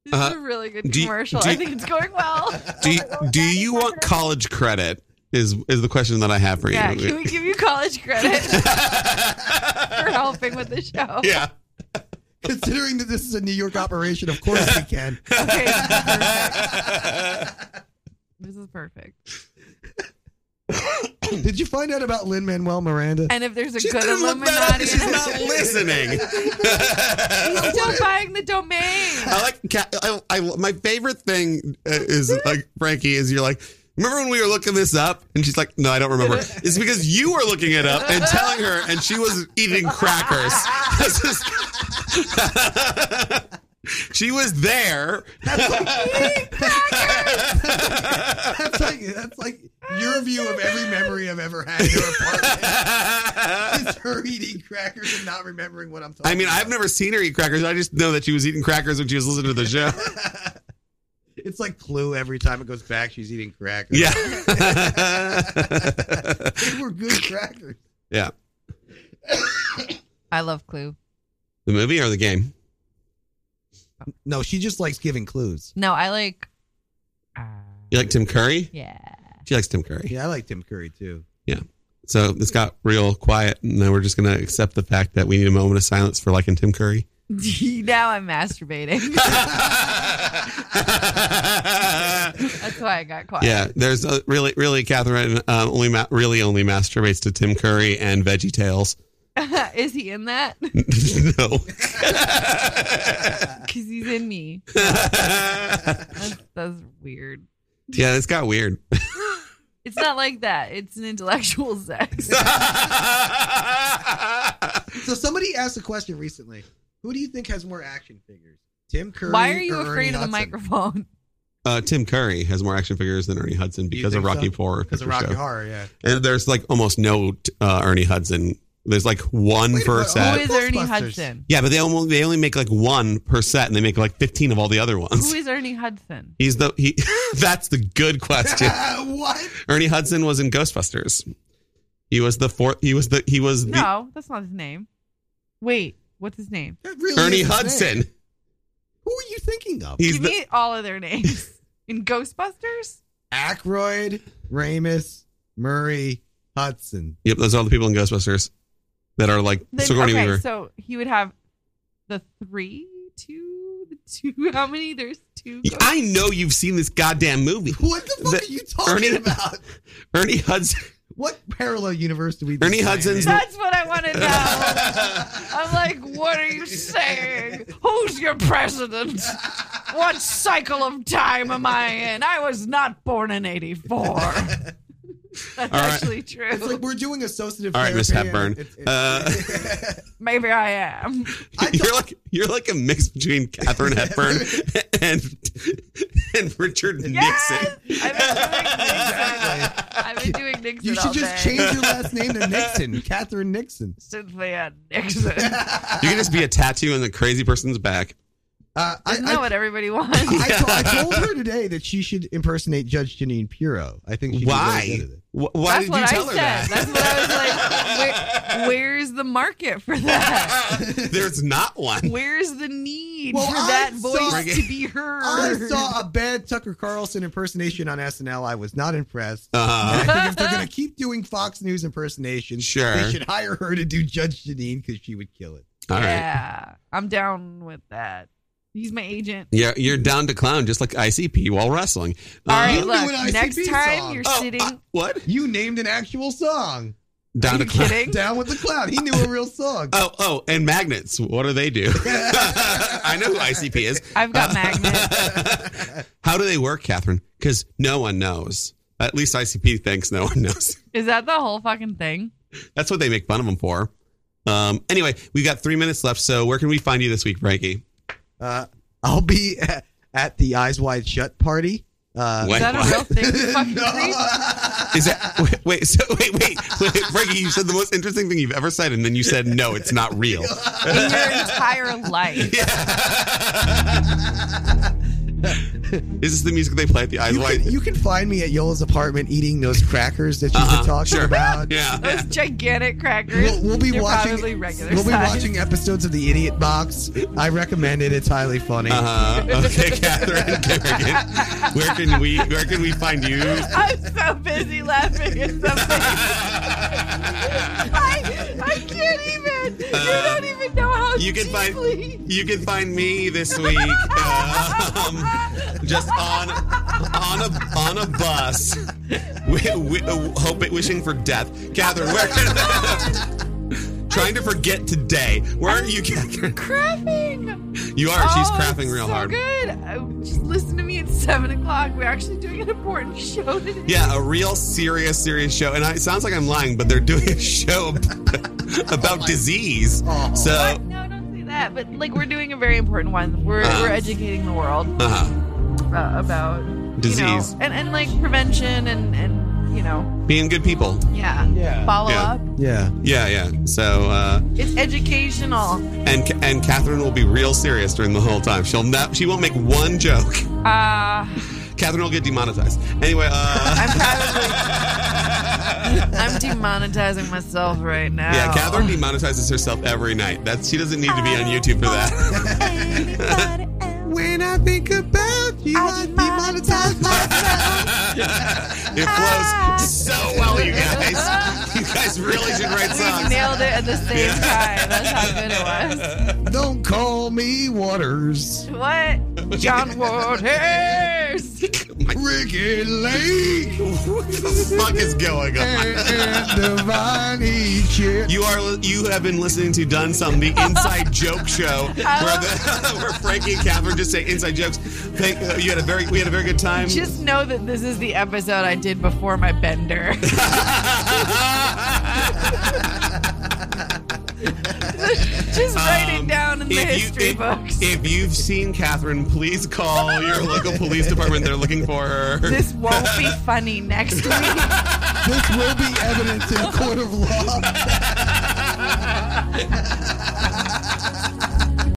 C: This is a really good
B: Uh-huh. do you-
C: commercial.
B: do you-
C: I think it's
B: <laughs>
C: going well.
B: do you, do you want college credit? Is is the question that I have for you?
C: Yeah, can we give you college credit <laughs> for helping with the show?
B: <laughs> yeah.
D: Considering that this is a New York operation, of course we <laughs> can.
C: Okay, this is perfect.
B: <laughs>
C: This is perfect.
D: Did you find out about Lynn Manuel Miranda? <laughs>
C: And if there's a
B: She
C: good
B: didn't look that up.
C: Illuminati,
B: She's
C: <laughs>
B: not listening. <laughs>
C: he's still buying the domain.
B: I like Ca- I, I, my favorite thing uh, is like Frankie is you're like remember when we were looking this up and she's like no I don't remember it's because you were looking it up and telling her and she was eating crackers This is- <laughs> she was there <laughs>
D: That's like that's like your view of every memory I've ever had in your <laughs> apartment.
B: I
D: It's her eating crackers and not remembering what I'm talking.
B: mean
D: about.
B: I've never seen her eat crackers I just know that she was eating crackers when she was listening to the show
D: <laughs> It's like Clue. Every time it goes back, she's eating crackers.
B: yeah <laughs>
D: they were good crackers.
B: yeah
C: I love Clue.
B: the movie or the game
D: No, she just likes giving clues.
C: No, I like. Uh,
B: you like Tim Curry
C: yeah. <laughs>
B: she likes Tim Curry
D: Yeah, I like Tim Curry too.
B: So this got real quiet, and then we're just going to accept the fact that we need a moment of silence for liking Tim Curry. <laughs>
C: now I'm masturbating. <laughs> That's why I got quiet.
B: yeah, there's a, really, really Catherine um, only ma- really only masturbates to Tim Curry and Veggie Tales. <laughs>
C: <laughs> Is he in that?
B: no, <laughs>
C: Because he's in me. That's, that's weird.
B: yeah, this got weird. <laughs>
C: It's not like that. It's an intellectual <laughs> sex.
D: So somebody asked a question recently. Who do you think has more action figures? Tim Curry.
C: Why are you
D: or Ernie
C: afraid of the
D: Hudson?
C: microphone?
B: uh, Tim Curry has more action figures than Ernie Hudson because of
D: think
B: Rocky
D: so?
B: Horror
D: Because of
B: Picture
D: Rocky
B: Show.
D: Horror, yeah.
B: And Uh, there's like almost no uh, Ernie Hudson. There's like one
D: Wait a
B: per
D: minute,
B: set.
C: Who is Ernie
D: Ghostbusters.
C: Hudson?
B: Yeah, but they only they only make like one per set, and they make like fifteen of all the other ones.
C: Who is Ernie Hudson?
B: He's the <laughs>
C: <laughs>
B: he. that's the good question.
D: <laughs> what?
B: Ernie Hudson was in Ghostbusters. He was the fourth. He was the. He was the
C: No, that's not his name. Wait, what's his name?
D: That really
B: Ernie
D: is his name.
B: Hudson.
D: Who are you thinking of?
B: He's
C: Give
B: the.
C: me all of their <laughs> names in Ghostbusters.
D: Ackroyd, Ramus, Murray, Hudson.
B: Yep, those are all the people in Ghostbusters that are like
C: Then,
B: Sigourney
C: okay,
B: Weaver.
C: so he would have the three, two, the two. How many? There's two. ghosts.
B: I know you've seen this goddamn movie.
D: What the fuck
B: The-
D: are you talking
B: Ernie-
D: about?
B: Ernie Hudson.
D: What parallel universe do we?
B: Ernie
D: design
B: Hudson's
D: in?
C: That's what I want to know.
D: <laughs>
C: I'm like, what are you saying? Who's your president? What cycle of time am I in? I was not born in
D: <laughs>
C: '84. That's actually true.
D: <laughs> It's like we're doing associative.
B: All right, Miss
D: therapy.
B: Hepburn.
D: It's- it's-
B: Uh,
C: Maybe I am.
D: <laughs>
B: <laughs>
D: I <laughs>
B: You're like you're like a mix between Catherine
C: <laughs>
B: Hepburn and and Richard
C: Yes!
B: Nixon.
D: <laughs>
C: I've been doing Nixon. I've been doing Nixon
D: you
C: all
D: should just
C: day.
D: change your last
C: <laughs>
D: name to Nixon, Catherine Nixon. <laughs>
C: Cynthia Nixon. Isn't
B: You can just be a tattoo on the crazy person's back.
D: Uh, I,
C: that
D: I,
C: what everybody wants?
D: I, told,
C: <laughs>
D: I told her today that she should impersonate Judge Janine Pirro. I think she'd be really
B: Why?
D: good at it.
B: Wh- Why
C: That's
B: did
C: what
B: you
C: I
B: tell her
C: said.
B: that?
C: That's what
B: <laughs>
C: I was like. Where, where's the market for that?
B: There's not one.
C: Where's the need
D: Well,
C: for
D: I
C: that
D: saw-
C: voice to be heard?
D: I saw a bad Tucker Carlson impersonation on SNL. I was not impressed.
B: Uh,
D: And I think if they're going to keep doing Fox News impersonations,
B: Sure.
D: they should hire her to do Judge Janine because she would kill it.
B: all right.
C: yeah, I'm down with that. He's my agent.
B: Yeah, you're down to clown just like ICP while wrestling.
C: All right,
D: you do an
C: look. Next
D: ICP
C: time
D: song.
C: you're
B: Oh,
C: sitting.
B: uh, what?
D: You named an actual song.
B: Down
C: are
B: to
C: you
B: clown.
C: kidding?
D: Down with the Cloud. He knew a real song.
B: Oh, oh, and magnets. What do they
C: <laughs>
B: do? <laughs> I know who ICP is.
D: <laughs>
C: I've
B: <laughs>
C: got magnets.
B: How do they work, Catherine? Because no one knows. At least ICP thinks no one <laughs> knows.
C: Is that the whole fucking thing?
B: That's what they make fun of them for. Um, anyway, we got three minutes left. So where can we find you this week, Frankie?
D: Uh, I'll be at, at the Eyes Wide Shut party. Uh,
B: Wait,
C: Is that
B: what?
C: a real thing?
D: <laughs>
C: You fucking creep?
B: Is that wait, wait? So wait, wait, <laughs> wait, Frankie, you said the most interesting thing you've ever said, and then you said no, it's not
D: <laughs>
B: real.
C: in your entire life.
B: <laughs> Is this the music they play at the Eyes
D: You
B: Wide?
D: can, you can find me at Yola's apartment eating those crackers that you've
B: Uh-uh,
D: been talking
B: sure.
D: about.
B: yeah.
C: Those gigantic crackers.
D: We'll, we'll be
C: They're
D: watching.
C: Probably regular
D: we'll be
C: size.
D: watching episodes of the Idiot Box. I recommend it. It's highly funny.
B: Uh, okay, Catherine Kerrigan, where can we where can we find you?
C: I'm so busy laughing at something. I, I can't even. you
B: Uh,
C: don't even know how <laughs>
B: you can find-
C: deeply-
B: You can find me this week, um, just on on a on a bus, wi- wi- hoping, wishing for death. Catherine, where? <laughs> trying to forget today. Where are you, Catherine?
C: Crapping.
B: You are. She's
C: oh,
B: crapping
C: it's
B: real
C: so
B: hard.
C: good. Uh, just listen to me at seven o'clock. We're actually doing an important show today.
B: Yeah, a real serious, serious show. And I, it sounds like I'm lying, but they're doing a show <laughs> about,
C: Oh
B: disease. so.
C: What? No, don't say that. But like, we're doing a very important one. We're
B: Uh-huh.
C: we're educating the world.
B: Uh-huh.
C: uh, about
B: Disease.
C: you know, and and like prevention and and you know
B: Being good people.
C: yeah
D: Yeah.
C: follow
B: Yeah.
C: up
D: yeah.
B: Yeah, yeah. So, uh,
C: it's educational
B: and and Catherine will be real serious during the whole time. She'll not, she won't make one joke. <laughs>
C: uh
B: Catherine will get demonetized. Anyway, uh,
C: <laughs> i'm probably i'm demonetizing myself right now
B: yeah, Catherine demonetizes herself every night. That's she doesn't need to be on YouTube for that. <laughs>
D: When I think about you, I demonetize myself.
B: it flows so well, you guys. You guys really should write
C: we
B: songs.
C: nailed it at the same time that's how good it was
D: <laughs> Don't call me Waters,
C: what john waters
B: <laughs>
D: Ricky Lake,
B: what the fuck is going on?
D: and Divine Egypt.
B: You are you have been listening to Done Some, the inside joke
C: <laughs>
B: show, where, the, <laughs> where Frankie and Catherine just say inside jokes. Thank, you had a very we had a very good time. <laughs>
C: just know that this is the episode i did before my bender <laughs> just writing down in the
B: Um,
C: history
B: if,
C: books
B: if you've seen Catherine, please call your local police department. They're looking for her.
C: <laughs> this won't be funny next week.
D: This will be evidence in court of law.